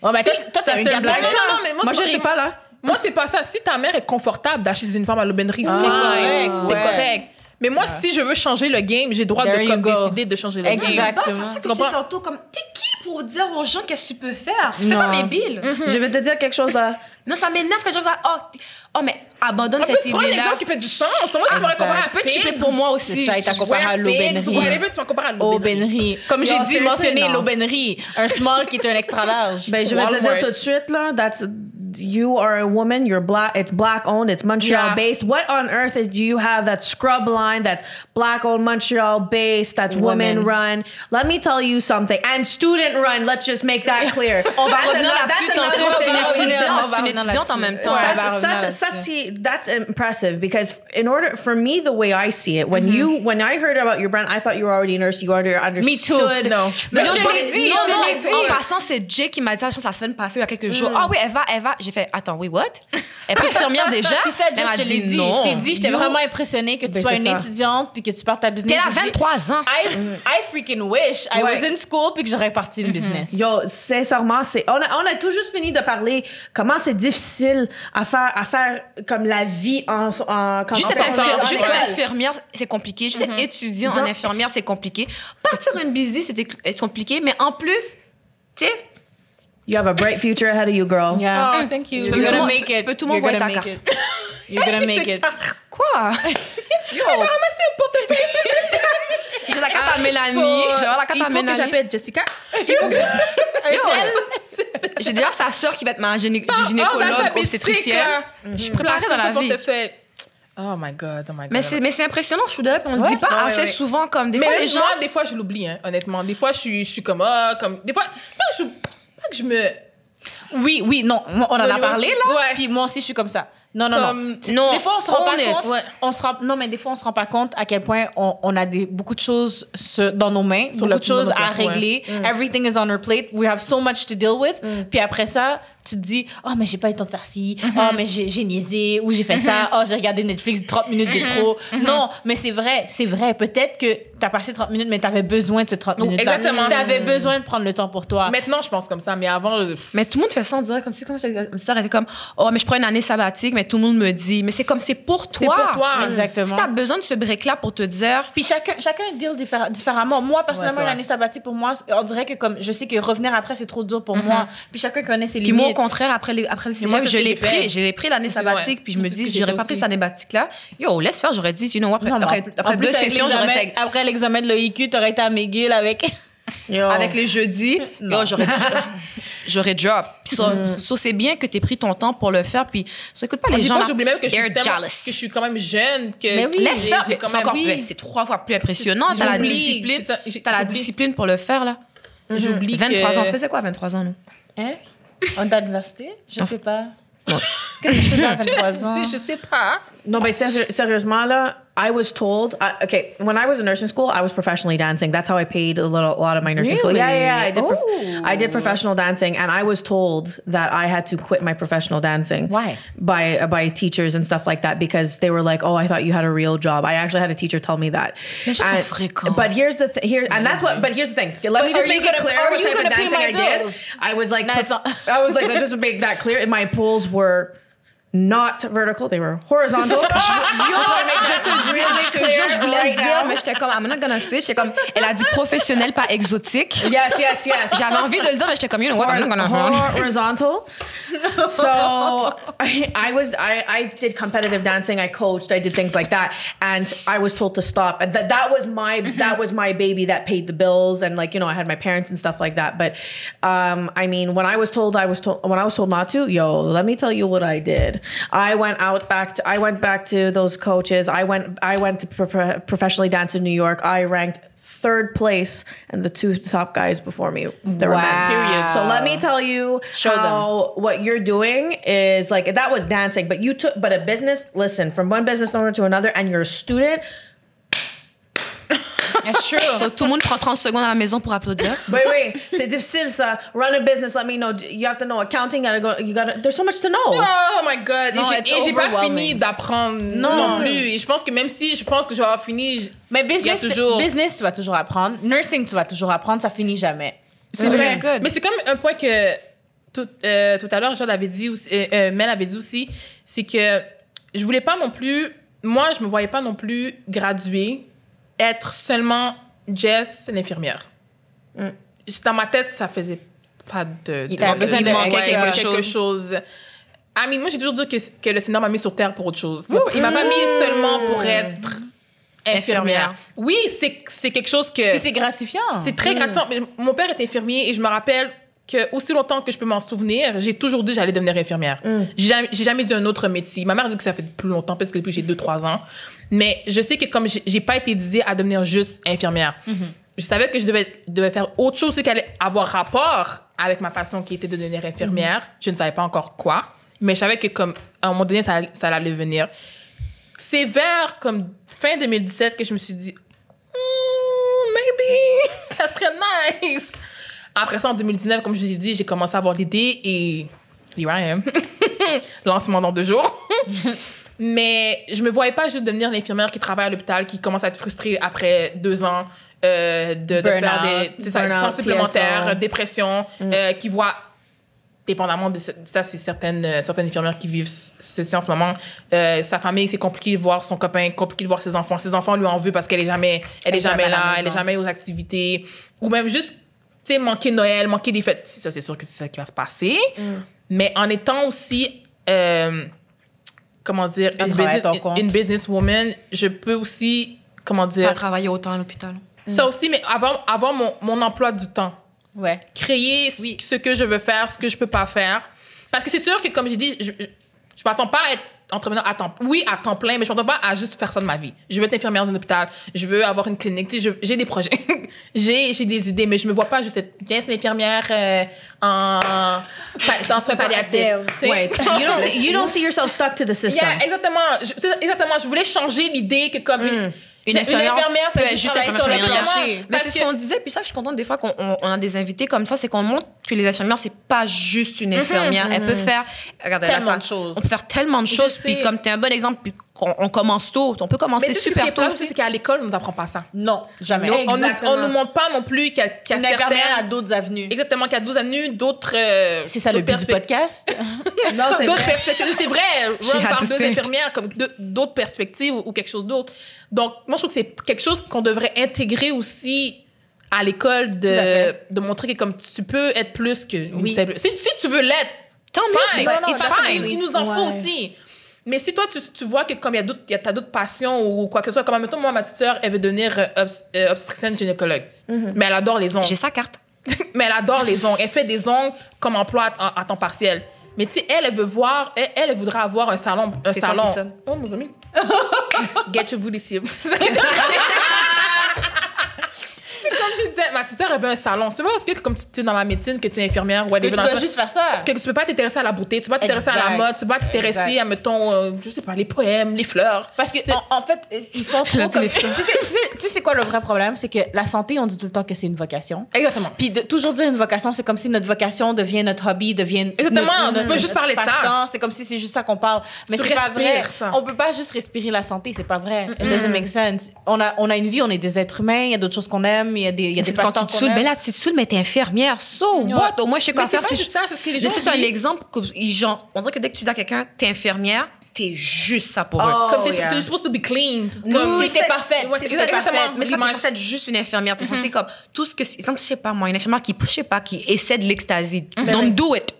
Speaker 1: Oh, mais
Speaker 3: Si-
Speaker 1: toi, toi,
Speaker 3: ça,
Speaker 1: t'as
Speaker 3: c'est
Speaker 1: une
Speaker 3: un blague,
Speaker 1: blague. hein?
Speaker 3: ça. Non, non, mais moi,
Speaker 4: moi
Speaker 3: c'est
Speaker 4: je
Speaker 3: pas-
Speaker 4: ris pas là.
Speaker 3: Moi, c'est pas ça. Si ta mère est confortable d'acheter des uniformes à l'aubainerie,
Speaker 1: Ah,
Speaker 3: c'est correct.
Speaker 1: ouais. Ah.
Speaker 3: C'est correct. Mais moi, si je veux changer le game, j'ai le droit
Speaker 1: There
Speaker 3: de
Speaker 1: you
Speaker 3: comme,
Speaker 1: go.
Speaker 3: décider de changer le game.
Speaker 1: Exact.
Speaker 5: Bah,
Speaker 1: Exactement.
Speaker 5: C'est ça
Speaker 3: Tu
Speaker 5: que je te dis
Speaker 3: comprends?
Speaker 5: tantôt, comme, t'es qui pour dire aux gens qu'est-ce que tu peux faire? Tu fais pas
Speaker 4: Non.
Speaker 5: mes billes.
Speaker 1: Mm.
Speaker 4: Je vais te dire quelque chose là.
Speaker 5: Non, ça m'énerve que les gens disent, oh, t'es- oh, mais abandonne
Speaker 3: En
Speaker 5: cette
Speaker 3: plus, prends un
Speaker 5: idée-là.
Speaker 3: exemple qui fait du sens. Moi, tu m'aurais
Speaker 1: Exact.
Speaker 3: comparé à
Speaker 5: Tu peux
Speaker 3: Figs.
Speaker 5: chipper pour moi
Speaker 1: C'est
Speaker 5: aussi.
Speaker 1: ça, il t'a comparé à
Speaker 3: Ouais, Figs,
Speaker 1: l'aubainerie.
Speaker 3: whatever, tu m'as comparé à l'aubainerie.
Speaker 1: Aubainerie. Comme j'ai
Speaker 4: Yo,
Speaker 1: dit,
Speaker 4: seriously,
Speaker 1: mentionner
Speaker 4: non.
Speaker 1: l'aubainerie. Un small qui est un extra large.
Speaker 4: Ben, je vais te
Speaker 3: Walmart.
Speaker 4: dire tout de suite, là, that's, you are a woman, you're black, it's black owned, it's Montreal
Speaker 3: Yeah.
Speaker 4: based. What on earth is, do you have that scrub line that's black owned, Montreal based, that's woman,
Speaker 1: Woman.
Speaker 4: run? Let me tell you something. And student run, let's just make that clear.
Speaker 5: On va
Speaker 4: That's
Speaker 5: revenir
Speaker 4: another-
Speaker 5: là-dessus
Speaker 4: that's
Speaker 5: tantôt.
Speaker 4: another
Speaker 5: C'est
Speaker 1: on
Speaker 5: une
Speaker 1: va
Speaker 4: topic.
Speaker 1: revenir- on va
Speaker 5: étudiante, c'est
Speaker 1: revenir
Speaker 5: une étudiante en
Speaker 1: là-dessus.
Speaker 5: même temps.
Speaker 1: Ouais,
Speaker 4: Ça,
Speaker 1: bah,
Speaker 4: ça,
Speaker 1: revenir
Speaker 4: ça,
Speaker 1: là-dessus.
Speaker 4: ça, see, that's impressive because in order for me, the way I see it,
Speaker 5: Mm-hmm.
Speaker 4: when you when I heard about your brand, I thought you were already a nurse. You already understood.
Speaker 1: Me too.
Speaker 3: Non.
Speaker 1: Mais
Speaker 5: Non,
Speaker 1: je
Speaker 5: pense-
Speaker 1: te l'ai dit,
Speaker 5: non,
Speaker 1: je
Speaker 5: non,
Speaker 1: te l'ai dit. Mm.
Speaker 5: En passant, c'est Jay qui m'a dit la chose la semaine passée, il y a quelques jours. Ah oui, Eva, Eva. J'ai fait, attends, oui, what? Elle est infirmière déjà?
Speaker 1: Puis ça, Jess,
Speaker 5: Elle m'a
Speaker 1: je te l'ai
Speaker 5: dit,
Speaker 1: dit.
Speaker 5: non.
Speaker 1: Je t'ai dit, j'étais
Speaker 4: You-
Speaker 1: vraiment impressionnée que tu
Speaker 4: Ben,
Speaker 1: sois
Speaker 4: c'est
Speaker 1: une
Speaker 4: ça.
Speaker 1: étudiante puis que tu partes ta business.
Speaker 5: T'es là
Speaker 1: J'ai dit,
Speaker 5: 23 ans.
Speaker 1: I, I freaking wish I
Speaker 4: Ouais.
Speaker 1: was in school puis que j'aurais parti une business.
Speaker 4: Yo, sincèrement, c'est on a, on a tout juste fini de parler comment c'est difficile à faire à faire comme la vie en, en quand
Speaker 5: Juste
Speaker 4: on
Speaker 5: être
Speaker 4: fait-
Speaker 5: infirmière,
Speaker 4: en
Speaker 5: juste
Speaker 4: école.
Speaker 5: être infirmière, c'est compliqué. Juste
Speaker 3: Mhm.
Speaker 5: être étudiant en
Speaker 4: Genre,
Speaker 5: infirmière, c'est compliqué. Partir une business, c'était cl- c'est compliqué. Mais en plus, tu sais,
Speaker 4: You have a bright future ahead of you, girl.
Speaker 1: Yeah.
Speaker 3: Oh, thank you.
Speaker 5: tu peux
Speaker 1: You're
Speaker 5: tout
Speaker 1: gonna
Speaker 5: m'en-
Speaker 1: make
Speaker 5: tu
Speaker 1: it.
Speaker 5: peux tout
Speaker 1: You're
Speaker 5: m'envoyer
Speaker 1: gonna
Speaker 5: ta
Speaker 1: make
Speaker 5: carte.
Speaker 1: it. You're gonna make it.
Speaker 5: Quoi? Yo,
Speaker 3: Oh.
Speaker 5: j'ai la carte à Ah, Mélanie. J'ai la carte à
Speaker 3: Il faut que
Speaker 5: Mélanie.
Speaker 3: j'appelle Jessica.
Speaker 5: Yo, J'ai déjà sa sœur qui va être ma gyné-
Speaker 3: Oh, dans
Speaker 5: gynécologue
Speaker 3: sa
Speaker 5: obstétricienne.
Speaker 3: mystique, là.
Speaker 5: Je suis préparée
Speaker 3: Place
Speaker 5: dans la
Speaker 3: sur son
Speaker 5: vie.
Speaker 3: portefeuille. Oh my god, oh my god.
Speaker 5: Mais c'est mais c'est impressionnant, je up. On le dit pas
Speaker 3: Ouais,
Speaker 5: assez
Speaker 3: ouais.
Speaker 5: souvent comme des
Speaker 3: Mais
Speaker 5: fois
Speaker 3: même
Speaker 5: les gens.
Speaker 3: moi, des fois, je l'oublie, hein, honnêtement. Des fois, je suis, je suis comme, ah, comme. Des fois, pas que je, pas que je me.
Speaker 1: Oui, oui, non, moi, on en a
Speaker 3: Bonne
Speaker 1: parlé là.
Speaker 3: Ouais.
Speaker 1: Puis moi aussi, je suis comme ça. Non, non, non.
Speaker 3: Comme-
Speaker 1: Tu-
Speaker 5: Non,
Speaker 1: des fois, on se rend pas
Speaker 5: own it.
Speaker 1: compte.
Speaker 5: Ouais.
Speaker 1: On se rend, non, mais des fois, on se rend pas compte à quel point on, on a des, beaucoup de choses sur- dans nos mains, beaucoup
Speaker 3: le-
Speaker 1: de choses
Speaker 3: dans nos
Speaker 1: à
Speaker 3: plates, ouais. Mm.
Speaker 1: régler. Everything is on our plate. We have so much to deal with. Puis après ça, tu te dis, oh, mais j'ai pas eu le temps de faire ci.
Speaker 3: Mm-hmm.
Speaker 1: Oh, mais j'ai j'ai niaisé. Ou j'ai fait ça. Oh, j'ai regardé Netflix 30 minutes
Speaker 3: Mm-hmm.
Speaker 1: de trop. Non, mais c'est vrai, c'est vrai. Peut-être que t'as passé 30 minutes, mais t'avais besoin de ces 30
Speaker 3: Oui,
Speaker 1: minutes. là
Speaker 3: exactement.
Speaker 1: T'avais besoin de prendre le temps pour toi.
Speaker 3: Maintenant, je pense comme ça, mais avant. euh,
Speaker 5: Mais tout le monde fait ça, on dirait comme si comme si- ma sœur était comme oh mais je prends une année sabbatique, mais tout le monde me dit mais c'est comme c'est pour toi.
Speaker 3: C'est pour toi.
Speaker 1: Exactement.
Speaker 5: Si t'as besoin de ce break là pour te dire
Speaker 1: Puis chacun, chacun deal diffé- différemment. Moi, personnellement,
Speaker 3: Ouais, c'est
Speaker 1: l'année sabbatique, pour moi, on dirait que comme je sais que revenir après, c'est trop dur pour moi. Mm-hmm. Puis chacun connaît ses
Speaker 5: puis moi au
Speaker 1: limites.
Speaker 5: contraire après les, après le cégep,
Speaker 3: c'est ce
Speaker 5: je
Speaker 3: que
Speaker 5: l'ai
Speaker 3: j'ai fait.
Speaker 5: pris, je l'ai pris l'année
Speaker 3: C'est- ouais.
Speaker 5: sabbatique puis je me
Speaker 3: C'est ce
Speaker 5: dis
Speaker 3: que j'ai
Speaker 5: j'aurais
Speaker 3: fait
Speaker 5: pas pris
Speaker 3: aussi.
Speaker 5: cette année sabbatique là. Yo, laisse faire, j'aurais dit you know, après,
Speaker 1: Non, mais
Speaker 5: après,
Speaker 1: en-
Speaker 5: après
Speaker 1: en
Speaker 5: deux
Speaker 1: plus, avec
Speaker 5: sessions, j'aurais
Speaker 1: l'examen-
Speaker 5: fait
Speaker 1: Après l'examen de l'OIQ, t'aurais été à McGill avec.
Speaker 4: Yo.
Speaker 5: avec les jeudis, yo, j'aurais j'aurais drop. Puis ça, ça, c'est bien que t'aies pris ton temps pour le faire puis ça écoute pas les
Speaker 3: Ah, des
Speaker 5: gens
Speaker 3: fois,
Speaker 5: là,
Speaker 3: j'oublie même que je, suis
Speaker 5: they're
Speaker 3: tellement-
Speaker 5: jealous.
Speaker 3: que je suis quand même jeune. Que
Speaker 1: Mais oui.
Speaker 3: j'ai-
Speaker 5: Laisse faire.
Speaker 3: j'ai quand
Speaker 5: C'est
Speaker 3: même-
Speaker 5: encore
Speaker 1: oui.
Speaker 5: ben, c'est trois fois plus impressionnant. T'as la
Speaker 3: J'oublie.
Speaker 5: discipline,
Speaker 3: C'est ça, j'ai-
Speaker 5: t'as la
Speaker 3: j'oublie.
Speaker 5: discipline pour le faire là.
Speaker 3: J'oublie.
Speaker 5: 23
Speaker 3: que-
Speaker 5: ans, faisais quoi à 23 ans nous?
Speaker 1: Hein? En d'adversité? Je sais pas. Qu'est-ce que je faisais à 23 ans?
Speaker 3: Si, je sais pas.
Speaker 4: No, but ser- seriously, Mala, I was told. I, okay, when I was in nursing school, I was professionally dancing. That's how I paid a little, a lot of my nursing school. Yeah, yeah, yeah. I did.
Speaker 1: Really? Oh.
Speaker 4: Prof- I did professional dancing, and I was told that I had to quit my professional dancing.
Speaker 1: Why?
Speaker 4: By by teachers and stuff like that because they were like, "Oh, I thought you had a real job." I actually had a teacher tell me that.
Speaker 5: That's just so
Speaker 4: And-
Speaker 5: freaking.
Speaker 4: But here's the th- here, and that's what. But here's the thing. Let me
Speaker 1: But
Speaker 4: just
Speaker 1: are you
Speaker 4: make it
Speaker 1: gonna-
Speaker 4: clear
Speaker 1: are
Speaker 4: what
Speaker 1: you
Speaker 4: type of
Speaker 1: gonna pay
Speaker 4: dancing
Speaker 1: my
Speaker 4: I did.
Speaker 1: bills?
Speaker 4: I was like,
Speaker 1: No, it's not-
Speaker 4: I was like, let's just make that clear. My pools were not vertical, they were horizontal.
Speaker 5: Je te jure, je voulais le dire, mais j'étais comme, I'm not gonna say. J'étais comme, elle a dit professionnel, pas exotique.
Speaker 4: yes, yes, yes.
Speaker 5: J'avais envie de le dire, mais j'étais comme, you know what, I'm not gonna
Speaker 4: horizontal. So I, I was I, I did competitive dancing. I coached. I did things like that, and I was told to stop. And that that was my
Speaker 1: Mm-hmm.
Speaker 4: that was my baby that paid the bills, and like you know I had my parents and stuff like that. But um, I mean, when I was told I was told when I was told not to, yo, let me tell you what I did. I went out back to I went back to those coaches. I went I went to pro- professionally dance in New York. I ranked. Third place, and the two top guys before me, they were men.
Speaker 1: Wow.
Speaker 4: So let me tell you
Speaker 1: Show
Speaker 4: how what you're doing is like that was dancing, but you took but a business. Listen, from one business owner to another, and you're a student.
Speaker 1: That's true.
Speaker 5: So, tout le monde prend 30 secondes à la maison pour applaudir.
Speaker 4: Wait, wait, c'est difficile ça. Run a business. Let me know. You have to know accounting. Gotta go. You gotta. There's so much to know.
Speaker 3: Oh my god! Et
Speaker 1: Non,
Speaker 3: j'ai-
Speaker 1: it's
Speaker 3: et j'ai pas
Speaker 1: overwhelming.
Speaker 3: fini d'apprendre non. plus. Et je pense que même si je pense que je vais avoir fini, je-
Speaker 1: mais
Speaker 3: il y a
Speaker 1: business,
Speaker 3: toujours.
Speaker 1: business, tu vas toujours apprendre. Nursing, tu vas toujours apprendre. Ça finit jamais.
Speaker 3: C'est vrai.
Speaker 5: good.
Speaker 3: Mais c'est comme un point que tout, euh, tout à l'heure, Jade avait dit aussi, euh, euh, Mel avait dit aussi, c'est que je voulais pas non plus, moi, je me voyais pas non plus graduer, être seulement Jess, l'infirmière. Mm. Dans ma tête, ça faisait pas de.
Speaker 5: Il
Speaker 3: de-
Speaker 5: avait besoin
Speaker 3: il
Speaker 5: de
Speaker 3: manquait
Speaker 5: extra.
Speaker 3: quelque,
Speaker 5: quelque
Speaker 3: chose. I mean, moi, j'ai toujours dit que, que le Seigneur m'a mis sur terre pour autre chose. Il m'a pas- Il m'a pas mis seulement pour être infirmière.
Speaker 5: Infirmière.
Speaker 3: Oui, c'est c'est quelque chose que.
Speaker 1: Puis c'est gratifiant.
Speaker 3: C'est très gratifiant. Mais Mon père est infirmier et je me rappelle que aussi longtemps que je peux m'en souvenir, j'ai toujours dit que j'allais devenir infirmière. J'ai jamais- j'ai jamais dit un autre métier. Ma mère dit que ça fait plus longtemps, peut-être que depuis j'ai 2-3 ans. Mais je sais que comme j'ai- j'ai pas été disée à devenir juste infirmière, je savais que je devais, devais faire autre chose qui allait avoir rapport avec ma passion qui était de devenir infirmière. Je ne savais pas encore quoi, mais je savais que comme à un moment donné, ça, allait- ça allait venir. C'est vers comme fin 2017 que je me suis dit Hmm, maybe ça serait nice. Après ça, en 2019, comme je vous ai dit, j'ai commencé à avoir l'idée et here I am. Lancement dans deux jours. Mais je me voyais pas juste devenir l'infirmière qui travaille à l'hôpital, qui commence à être frustrée après deux ans euh, de, de
Speaker 1: Burnout,
Speaker 3: faire des c'est ça,
Speaker 4: burnout,
Speaker 3: temps supplémentaires,
Speaker 4: TSO.
Speaker 3: dépression, euh, qui voit dépendamment de ce- ça, c'est certaines, euh, certaines infirmières qui vivent ce- ceci en ce moment. Euh, sa famille, c'est compliqué de voir son copain, compliqué de voir ses enfants. Ses enfants lui en veut parce qu'elle est jamais, elle est
Speaker 1: jamais
Speaker 3: jamais,
Speaker 1: à la
Speaker 3: là,
Speaker 1: maison.
Speaker 3: elle est jamais aux activités. Ou même juste, tu sais, manquer Noël, manquer des fêtes. Ça, c'est sûr que c'est ça qui va se passer.
Speaker 1: Mm.
Speaker 3: Mais en étant aussi, euh, comment dire, une,
Speaker 1: travail à ton
Speaker 3: business,
Speaker 1: compte.
Speaker 3: une businesswoman, je peux aussi, comment dire,
Speaker 5: Pas travailler autant à l'hôpital.
Speaker 4: Mm.
Speaker 3: ça aussi, mais avoir, avoir mon, mon emploi du temps
Speaker 1: Ouais.
Speaker 3: créer ce-
Speaker 1: Oui.
Speaker 3: ce que je veux faire, ce que je peux pas faire. Parce que c'est sûr que, comme j'ai dit, je, je, je m'attends pas à être entrepreneur à temps, oui, à temps plein, mais je m'attends pas à juste faire ça de ma vie. Je veux être infirmière dans un hôpital, je veux avoir une clinique, tu sais, je- j'ai des projets, j'ai, j'ai des idées, mais je me vois pas juste être yes, l'infirmière euh, en, pa- en soins palliatifs. tu sais.
Speaker 4: Wait, you don't see, you don't see yourself stuck to the system.
Speaker 3: Yeah, exactement. Je, c'est- exactement. Je voulais changer l'idée que comme une,
Speaker 5: Une infirmière peut
Speaker 3: fait
Speaker 5: être juste
Speaker 3: travailler sur le
Speaker 5: infirmière.
Speaker 3: marché.
Speaker 5: Mais
Speaker 3: Parce
Speaker 5: c'est ce
Speaker 3: que-
Speaker 5: qu'on disait, puis ça, je suis contente des fois qu'on on, on a des invités comme ça, c'est qu'on montre que les infirmières, c'est pas juste
Speaker 3: Mhm,
Speaker 5: une infirmière. Elle peut faire regardez,
Speaker 1: Tellement
Speaker 5: ça-
Speaker 1: de choses.
Speaker 5: On peut faire tellement de choses, puis
Speaker 3: sais.
Speaker 5: comme tu es un bon exemple, puis qu'on on commence tôt, on peut
Speaker 3: Mais
Speaker 5: commencer
Speaker 3: tu sais, ce qui
Speaker 5: super
Speaker 3: est
Speaker 5: tôt
Speaker 3: plate
Speaker 5: aussi.
Speaker 3: aussi, c'est qu'à l'école, on nous apprend pas ça.
Speaker 1: Non, jamais.
Speaker 3: On- on, nous,
Speaker 4: Exactement.
Speaker 3: on nous montre pas non plus qu'il y a, qu'il y a
Speaker 1: Une infirmière à
Speaker 3: certaines-
Speaker 1: d'autres avenues.
Speaker 3: Exactement, qu'il y a d'autres avenues, d'autres. euh,
Speaker 1: C'est ça le
Speaker 3: d'autres
Speaker 1: but du
Speaker 3: perspe-
Speaker 1: podcast.
Speaker 4: No, c'est
Speaker 3: D'autres
Speaker 4: vrai.
Speaker 3: perspectives, c'est vrai.
Speaker 5: She
Speaker 3: Ron
Speaker 5: had
Speaker 3: parle
Speaker 5: to
Speaker 3: d'autres
Speaker 5: say it.
Speaker 3: infirmières, comme de- d'autres perspectives ou, ou quelque chose d'autre. Donc, moi, je trouve que c'est quelque chose qu'on devrait intégrer aussi à l'école
Speaker 1: à
Speaker 3: de,
Speaker 1: fait.
Speaker 3: de montrer que comme tu peux être plus que une
Speaker 1: Oui.
Speaker 3: simple- si, si tu veux l'être,
Speaker 5: Tant mieux, c'est
Speaker 3: fine.
Speaker 5: it's
Speaker 3: Parce que
Speaker 5: fine.
Speaker 3: Il nous en faut
Speaker 4: Ouais.
Speaker 3: aussi. Mais si toi, tu, tu vois que comme il y a d'autres, il y a- t'as d'autres passions ou quoi que ce soit, comme mettons, moi, ma petite sœur, elle veut devenir euh, obs- euh, obstétricienne gynécologue. Mais elle adore les ongles.
Speaker 5: J'ai sa carte.
Speaker 3: Mais elle adore les ongles. Elle fait des ongles comme emploi à, à temps partiel. Mais tu sais, elle, elle veut voir, elle, elle, elle voudrait avoir un salon. Un
Speaker 5: C'est toi
Speaker 3: salon.
Speaker 5: qui sonne.
Speaker 3: oh, mon ami. Get your booty ici. Mais comme je disais, ma petite sœur, elle veut un salon. C'est pas parce que comme tu tu es dans la médecine, que tu es infirmière ou elle
Speaker 1: tu
Speaker 3: est dans
Speaker 1: dois
Speaker 3: la-
Speaker 1: juste faire ça.
Speaker 3: que tu peux pas t'intéresser à la beauté, tu peux pas t'intéresser à la
Speaker 1: Exact.
Speaker 3: mode, tu peux pas t'intéresser
Speaker 1: Exact.
Speaker 3: à, mettons, euh, je sais pas, les poèmes, les fleurs.
Speaker 1: Parce que en, en fait, ils font trop comme... tu, sais, tu, sais, tu sais quoi le vrai problème, c'est que la santé, on dit tout le temps que c'est une vocation.
Speaker 3: Exactement.
Speaker 1: Puis de toujours dire une vocation, c'est comme si notre vocation devient notre hobby, devient
Speaker 3: Exactement,
Speaker 1: notre-
Speaker 3: tu peux juste parler de ça.
Speaker 1: passe-temps. C'est comme si c'est juste ça qu'on parle, mais
Speaker 3: Tu
Speaker 1: c'est pas
Speaker 3: respires
Speaker 1: vrai.
Speaker 3: ça.
Speaker 1: On peut pas juste respirer la santé, c'est pas vrai. It doesn't make sense. On a on a une vie, on est des êtres humains, il y a d'autres choses qu'on aime, il y a des il il y a des
Speaker 5: C'est quand tu
Speaker 1: pasteurs
Speaker 5: te
Speaker 1: qu'on
Speaker 5: saoules,
Speaker 1: aime.
Speaker 5: ben là, tu te saoules, mais t'es infirmière. So
Speaker 3: Ouais.
Speaker 5: what? Au moins, je sais quoi
Speaker 3: Mais c'est
Speaker 5: faire.
Speaker 3: pas
Speaker 5: Si je-
Speaker 3: juste ça, c'est ce que les
Speaker 5: Mais
Speaker 3: gens
Speaker 5: c'est un
Speaker 3: disent.
Speaker 5: exemple. que ils- genre, on dirait que dès que tu dis à quelqu'un, t'es infirmière, t'es juste ça pour eux.
Speaker 4: Oh,
Speaker 3: Comme t'es
Speaker 4: yeah.
Speaker 3: t'es supposed to be clean.
Speaker 1: Comme,
Speaker 5: Oui,
Speaker 1: t'es- t'es
Speaker 5: c'est-
Speaker 1: parfaite.
Speaker 3: ouais,
Speaker 1: t'es
Speaker 3: c'est exactement-
Speaker 1: parfaite.
Speaker 5: Mais ça, t'es
Speaker 3: l'image.
Speaker 5: censée être juste une infirmière. T'es censée comme tout ce que. Exemple, je sais pas moi, une infirmière qui, je sais pas, qui essaie de l'extasie. Don't do it.